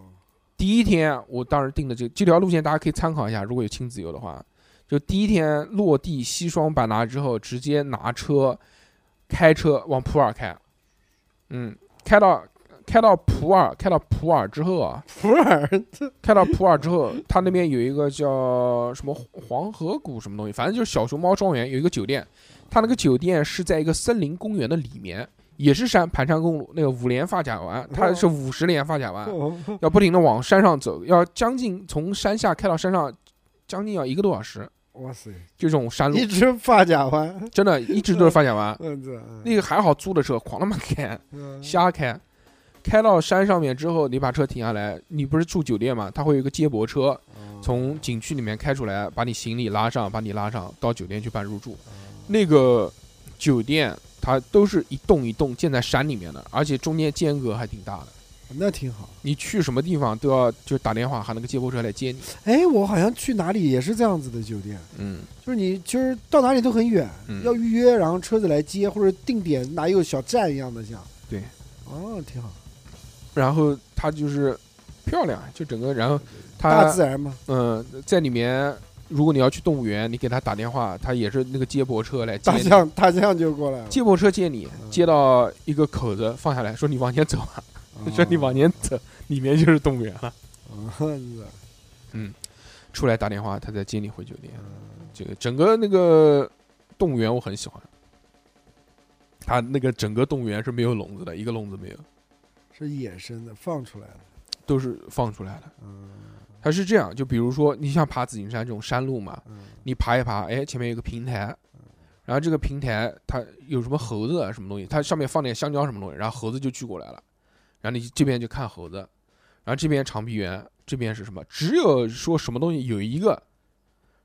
第一天我当时定的这这条路线，大家可以参考一下，如果有亲子游的话，就第一天落地西双版纳之后，直接拿车开车往普洱开，嗯，开到开到普洱，开到普洱之后啊，普洱这开到普洱之后，它那边有一个叫什么黄河谷什么东西，反正就是小熊猫庄园有一个酒店，它那个酒店是在一个森林公园的里面，也是山盘山公路那个五连发卡弯，它是五十连发卡弯，哦要不停的往山上走，要将近从山下开到山上，将近要一个多小时，*laughs* 哇塞，就这种山路一，直发夹弯，真 *laughs* 的一直都是发卡弯。嗯这那个还好租的车，狂他妈开，嗯 *laughs* 瞎开，开到山上面之后，你把车停下来，你不是住酒店嘛，它会有一个接驳车。嗯哦从景区里面开出来，把你行李拉上，把你拉上到酒店去办入住。嗯那个酒店它都是一栋一栋建在山里面的，而且中间间隔还挺大的。那挺好。你去什么地方都要就打电话喊那个接驳车来接你。哎，我好像去哪里也是这样子的酒店，嗯，就是你就是到哪里都很远，嗯要预约，然后车子来接，或者定点哪有小站一样的像。对，哦，挺好，然后它就是漂亮，就整个然后大它自 *laughs* 然嘛，嗯、在里面，如果你要去动物园，你给他打电话，他也是那个接驳车来接大你。象嗯大象就过来了。接驳车接你，接到一个口子放下来嗯说你往前走啊，说你往前走，里面就是动物园了。哦，哦是出来打电话，他再接你回酒店。这个整个那个动物园我很喜欢，它那个整个动物园是没有笼子的，一个笼子没有， *laughs* 是野生的，放出来的。 *laughs* 都是放出来的。嗯它是这样，就比如说你像爬紫金山这种山路嘛，嗯你爬一爬，哎，前面有个平台，然后这个平台它有什么猴子啊什么东西，它上面放点香蕉什么东西，然后猴子就聚过来了，然后你这边就看猴子，然后这边长臂猿，这边是什么？只有说什么东西有一个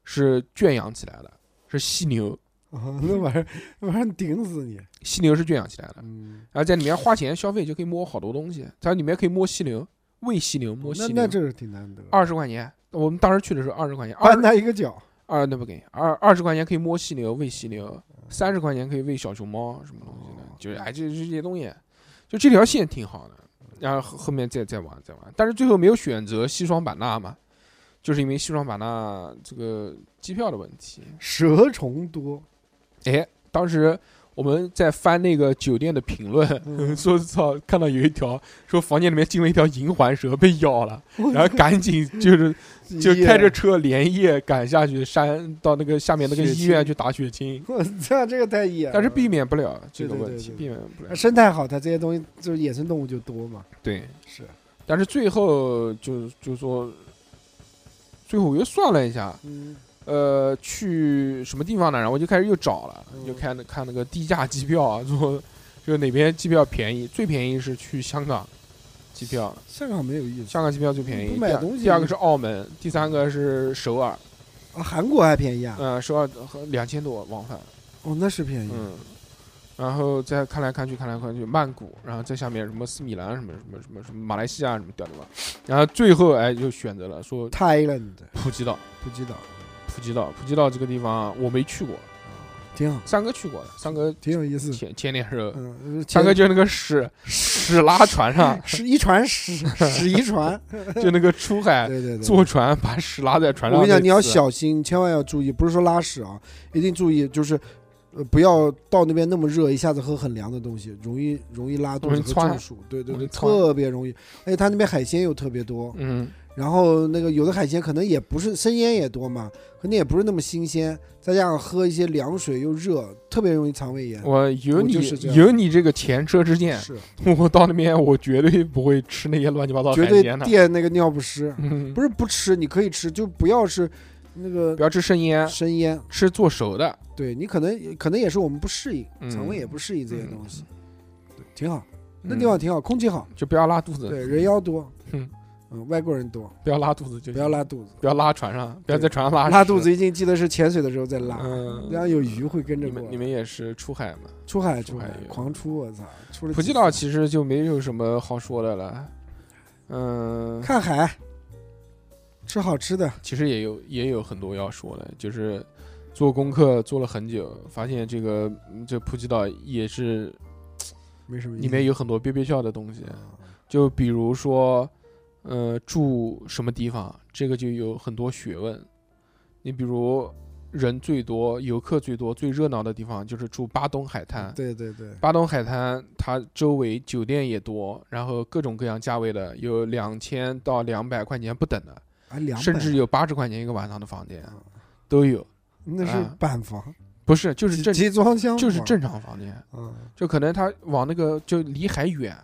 是圈养起来的，是犀牛，哦，那玩意儿，那玩意儿顶死你！犀牛是圈养起来的，嗯，然后在里面花钱消费就可以摸好多东西，它里面可以摸犀牛，喂犀牛，摸那犀那牛，这是挺难得的。二十块钱。我们当时去的时候二十块钱，二搬他一个脚，二那不给二二十块钱可以摸犀牛喂犀牛，三十块钱可以喂小熊猫什么东西的，就是哎这这些东西，就这条线挺好的，然后后后面再再玩再玩，但是最后没有选择西双版纳嘛，就是因为西双版纳这个机票的问题。蛇虫多。哎，当时我们在翻那个酒店的评论，嗯 *laughs* 说操看到有一条说房间里面进了一条银环蛇被咬了，然后赶紧就是 *laughs* 就开 *laughs* 着，车连夜赶下去山，到那个下面那个血医院清去打血清，我操，这个太野了。但是避免不了这对个对问对题，对避免不了。生态好，它这些东西就是野生动物就多嘛。对，是，但是最后就就说，最后我又算了一下，嗯，呃，去什么地方呢？然后我就开始又找了，嗯就看那看那个低价机票啊，说就哪边机票便宜，最便宜是去香港机票，香港没有意思香港机票最便宜。不买第二东西嗯第二个是澳门，第三个是首尔，嗯啊，韩国还便宜啊，嗯、首尔和两千多往返，哦，那是便宜，嗯，然后再看来看去，看来看去，曼谷，然后在下面什么斯米兰，什么什么什么什么马来西亚什么屌地方，然后最后哎就选择了说 Thailand 普吉岛，不知道，普吉岛，普吉岛这个地方我没去过，挺好，三哥去过的，三哥挺有意思。前前年时候，嗯，三哥前，就那个屎屎拉船上是一 *laughs* 船屎屎一船，就那个出海对对对，哎坐船把屎拉在船我上那跟次，你讲，你要小心，千万要注意，不是说拉屎啊，一定注意，就是呃，不要到那边那么热，一下子喝很凉的东西，容易容易拉肚容子易和窜中暑。对对容易对，窜特别容易。而且他那边海鲜又特别多，嗯，然后那个有的海鲜可能也不是生腌也多嘛，可能也不是那么新鲜，再加上喝一些凉水又热，特别容易肠胃炎。我有我你就是这样有你这个前车之鉴， *laughs* 是，我到那边我绝对不会吃那些乱七八糟的绝哦海对鲜的，垫那个尿不湿，嗯，不是不吃，你可以吃，就不要是那个不要吃生腌，生腌。吃做熟的，对你可能可能也是我们不适应，肠胃嗯也不适应这些东西，对挺好。那嗯地方挺好，空气好，就不要拉肚子，对人 *laughs* 妖多，嗯嗯，外国人多，不要拉肚子就不要行拉肚子，不要拉船上，不要在船上拉拉屎肚子一定记得是潜水的时候再拉，嗯这样有鱼会跟着你过们来。你们也是出海嘛？出海出出海海有狂出，我操，出了普几吉次岛其实就没有什么好说的了，嗯，看海，吃好吃的，其实也有也有很多要说的，就是做功课做了很久，发现这个嗯这普吉岛也是没什么意思。里面有很多憋憋笑的东西，啊就比如说，呃，住什么地方，这个就有很多学问。你比如人最多、游客最多、最热闹的地方，就是住巴东海滩。对对对，巴东海滩它周围酒店也多，然后各种各样价位的，有两千到两百块钱不等的，啊，两甚百嗯至啊有八十块钱一个晚上的房间都有。那啊是板房，不是，就是集正集装箱就是房正常房间，啊，就可能它往那个就离海远，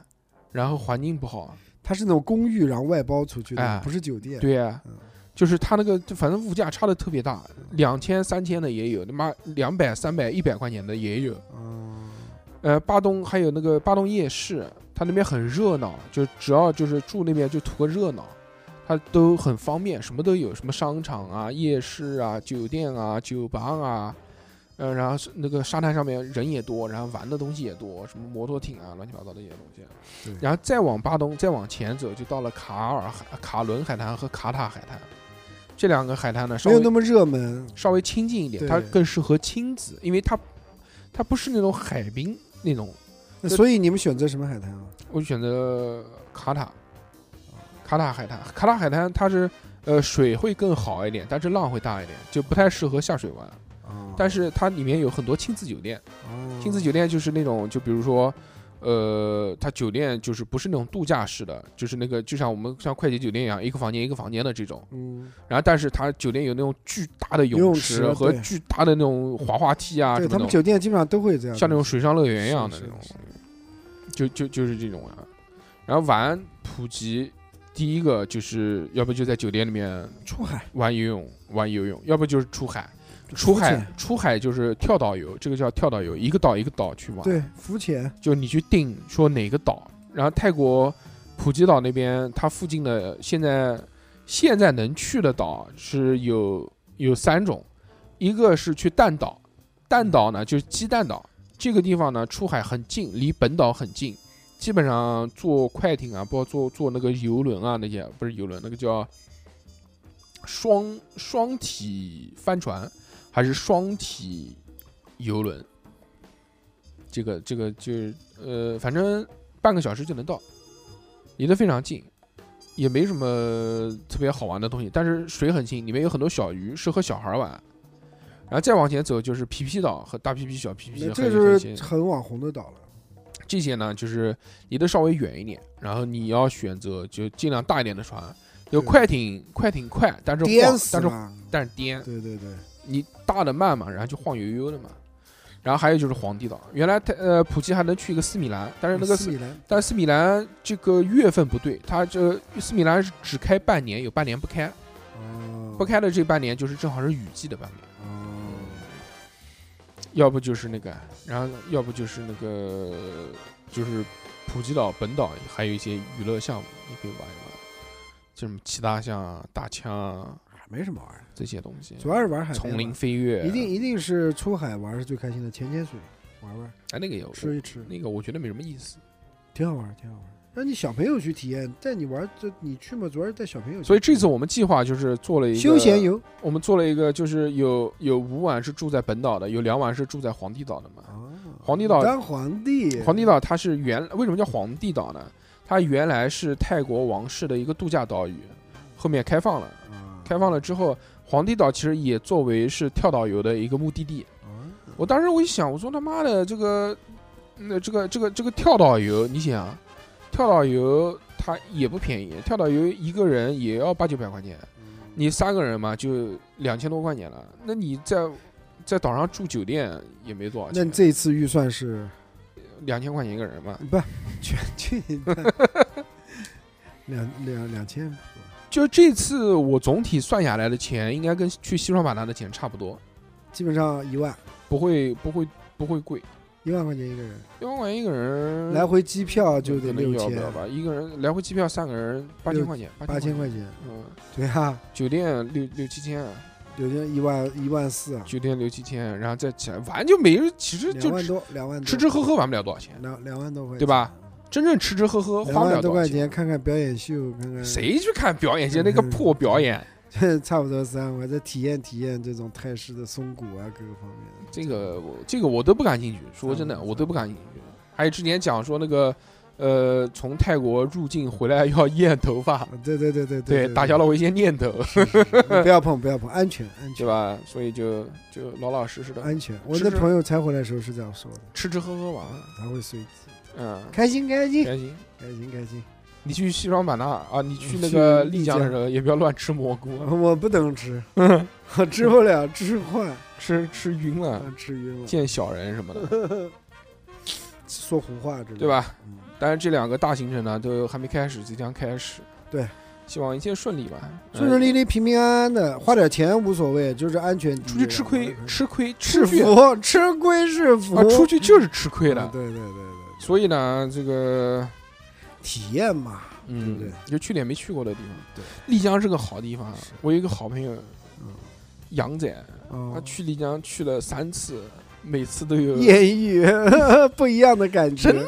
然后环境不好，它是那种公寓，然后外包出去哎的，不是酒店。对啊嗯，就是它那个就反正物价差的特别大，两千三千的也有，他妈两百三百一百块钱的也有。啊，呃，巴东还有那个巴东夜市，它那边很热闹，就只要就是住那边就图个热闹，它都很方便，什么都有，什么商场啊、夜市啊、酒店啊、酒吧啊，呃，然后是那个沙滩上面人也多，然后玩的东西也多，什么摩托艇啊、乱七八糟的这些东西对。然后再往巴东再往前走，就到了卡尔海、卡伦海滩和卡塔海滩，这两个海滩呢稍没有微那么热门，稍微亲近一点，对它更适合亲子，因为它它不是那种海滨那种。那就所以你们选择什么海滩啊？我选择卡塔，啊卡塔海滩。卡塔海滩它是呃水会更好一点，但是浪会大一点，就不太适合下水玩。啊但是它里面有很多亲子酒店，亲子酒店就是那种就比如说。呃，它酒店就是不是那种度假式的，就是那个就像我们像快捷酒店一样，一个房间一个房间的这种。嗯，然后，但是它酒店有那种巨大的游泳池池和对巨大的那种滑滑梯啊，对什么他们那种酒店基本上都会这样，像那种水上乐园一样的是那种是是，就就就是这种啊。然后玩普及，第一个就是要不就在酒店里面出海玩游泳，玩游泳，要不就是出海。出海潜，出海就是跳岛游，这个叫跳岛游，一个岛一个岛去玩。对浮潜就你去定说哪个岛，然后泰国普吉岛那边，它附近的现在现在能去的岛是有有三种，一个是去蛋岛，蛋岛呢就是鸡蛋岛，这个地方呢出海很近，离本岛很近，基本上坐快艇啊，包括坐坐那个游轮啊那些，不是游轮，那个叫双双体帆船还是双体游轮。这个这个就是呃，反正半个小时就能到，离得非常近，也没什么特别好玩的东西，但是水很清，里面有很多小鱼，适合小孩玩。然后再往前走就是皮皮岛和大皮皮、小皮皮，那还这有就这些是很网红的岛了。这些呢，就是离得稍微远一点，然后你要选择就尽量大一点的船，有对快艇，快艇快，但是颠晃，死但是了！但是颠，对对对，你大的慢嘛，然后就晃悠悠的嘛。然后还有就是皇帝岛，原来它呃普吉还能去一个斯米兰，但是那个斯斯米兰但斯米兰这个月份不对，它这斯米兰是只开半年，有半年不开，哦不开的这半年就是正好是雨季的半年，哦要不就是那个，然后要不就是那个，就是普吉岛本岛还有一些娱乐项目，你可以玩一玩，就什么骑大象啊、大枪啊没什么玩意儿，这些东西，主要是玩海边丛林吧飞跃，啊一定一定是出海玩是最开心的，潜潜水玩玩，哎，那个有吃一吃，那个我觉得没什么意思，挺好玩，挺好玩。让你小朋友去体验，带你玩，这你去嘛，主要是带小朋友去。所以这次我们计划就是做了一个休闲，游我们做了一个就是有有五晚是住在本岛的，有两晚是住在皇帝岛的嘛。啊，皇帝岛当皇帝，皇帝岛它是原为什么叫皇帝岛呢？它原来是泰国王室的一个度假岛屿，后面开放了。啊开放了之后，皇帝岛其实也作为是跳岛游的一个目的地。啊我当时我一想，我说他妈的这个，那这个这个这个跳岛游，你想啊，跳岛游它也不便宜，跳岛游一个人也要八九百块钱，嗯你三个人嘛就两千多块钱了。那你在在岛上住酒店也没多少那钱你，这一次预算是两千块钱一个人嘛，不全去 *laughs* 两两两千？就这次我总体算下来的钱，应该跟去西双版纳的钱差不多，基本上一万不会不会不会贵。一万块钱一个人，一万块钱一个人来回机票就得嗯可能六要不了千吧，一个人来回机票三个人八千块钱，八千块块钱，钱，嗯，对啊，酒店六六七千啊，有些一万一万四啊，酒店六七千，然后再起来玩就没，其实两就万吃多两万多吃吃喝喝玩不了多少钱，两两万多块钱对吧？真正吃吃喝喝两花不万了多多少块钱，嗯看看表演秀，看看谁去看表演去？那个破表演， *laughs* 差不多三万，再体验体验这种泰式的松骨啊，各个方面的。这个我这个我都不感兴趣，说真的，我都不感兴趣。还有之前讲说那个，呃，从泰国入境回来要 *laughs* 验头发，啊对对对对对，打消了我一些念头，是是是 *laughs* 你不要碰，不要碰，安全，安对全，吧？所以就就老老实实的安全。我是的是朋友才回来的时候是这样说的，哎啊吃吃喝喝玩玩。他会随机，嗯，开心，开心，开心。开心，开心。你去西双版纳啊，你去嗯那个去丽丽江的嗯江时候，也不要乱吃蘑菇，我不 *laughs* 能吃，我吃不了，吃坏，吃吃晕了，啊吃晕了。见小人什么的， *laughs* 说胡话之类，对？吧？哎嗯，但是这两个大行程呢，都还没开始，即将开始。对，希望一切顺利吧。嗯顺顺利利、平平安安的，花点钱无所谓，就是安全第一。出啊嗯去吃亏，嗯吃亏吃是亏福，吃亏是福。啊，出去就是吃亏啊的。对对对对，所以呢，这个体验嘛，对不嗯对，就去点没去过的地方。对，丽江是个好地方是。嗯我有一个好朋友，杨仔，他哦，啊去丽江去了三次，每次都 *laughs* 有艳遇不一样的感觉，真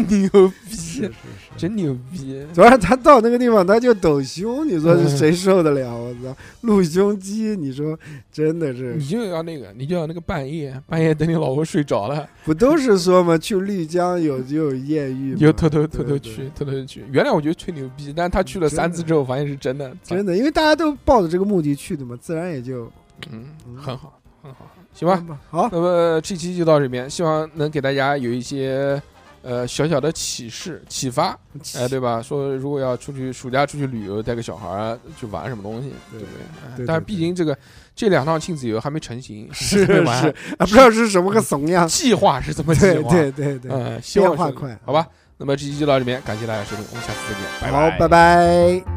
的牛是 *laughs* 逼是，是。真牛逼！主要是他到那个地方，他就抖胸，你说谁受得了？我操，露胸肌，你说真的是你就要那个，你就要那个半夜，半夜等你老婆睡着了，不都是说嘛，去丽江有就有艳遇你嘛，就偷偷偷偷对对去，偷偷去。原来我觉得吹牛逼，但是他去了三次之后，发现是真的，真的，因为大家都抱着这个目的去的嘛，自然也就嗯，嗯很好，很好，行吧。吧。好， *laughs* 那么这期就到这边，希望能给大家有一些呃小小的启示、启发，哎、对吧？说如果要出去暑假出去旅游，带个小孩儿去玩什么东西，对对不对？哎对对但是毕竟这个这两趟亲子游还没成 *laughs* 型，是还 *laughs* 是没完啊，不知道是什么个怂 *laughs* 样。计划是这么计对划，对对对，嗯，希望变化顺利快好吧？那么这期就到这边，感谢大家收听，我们下次再见，拜好，拜拜。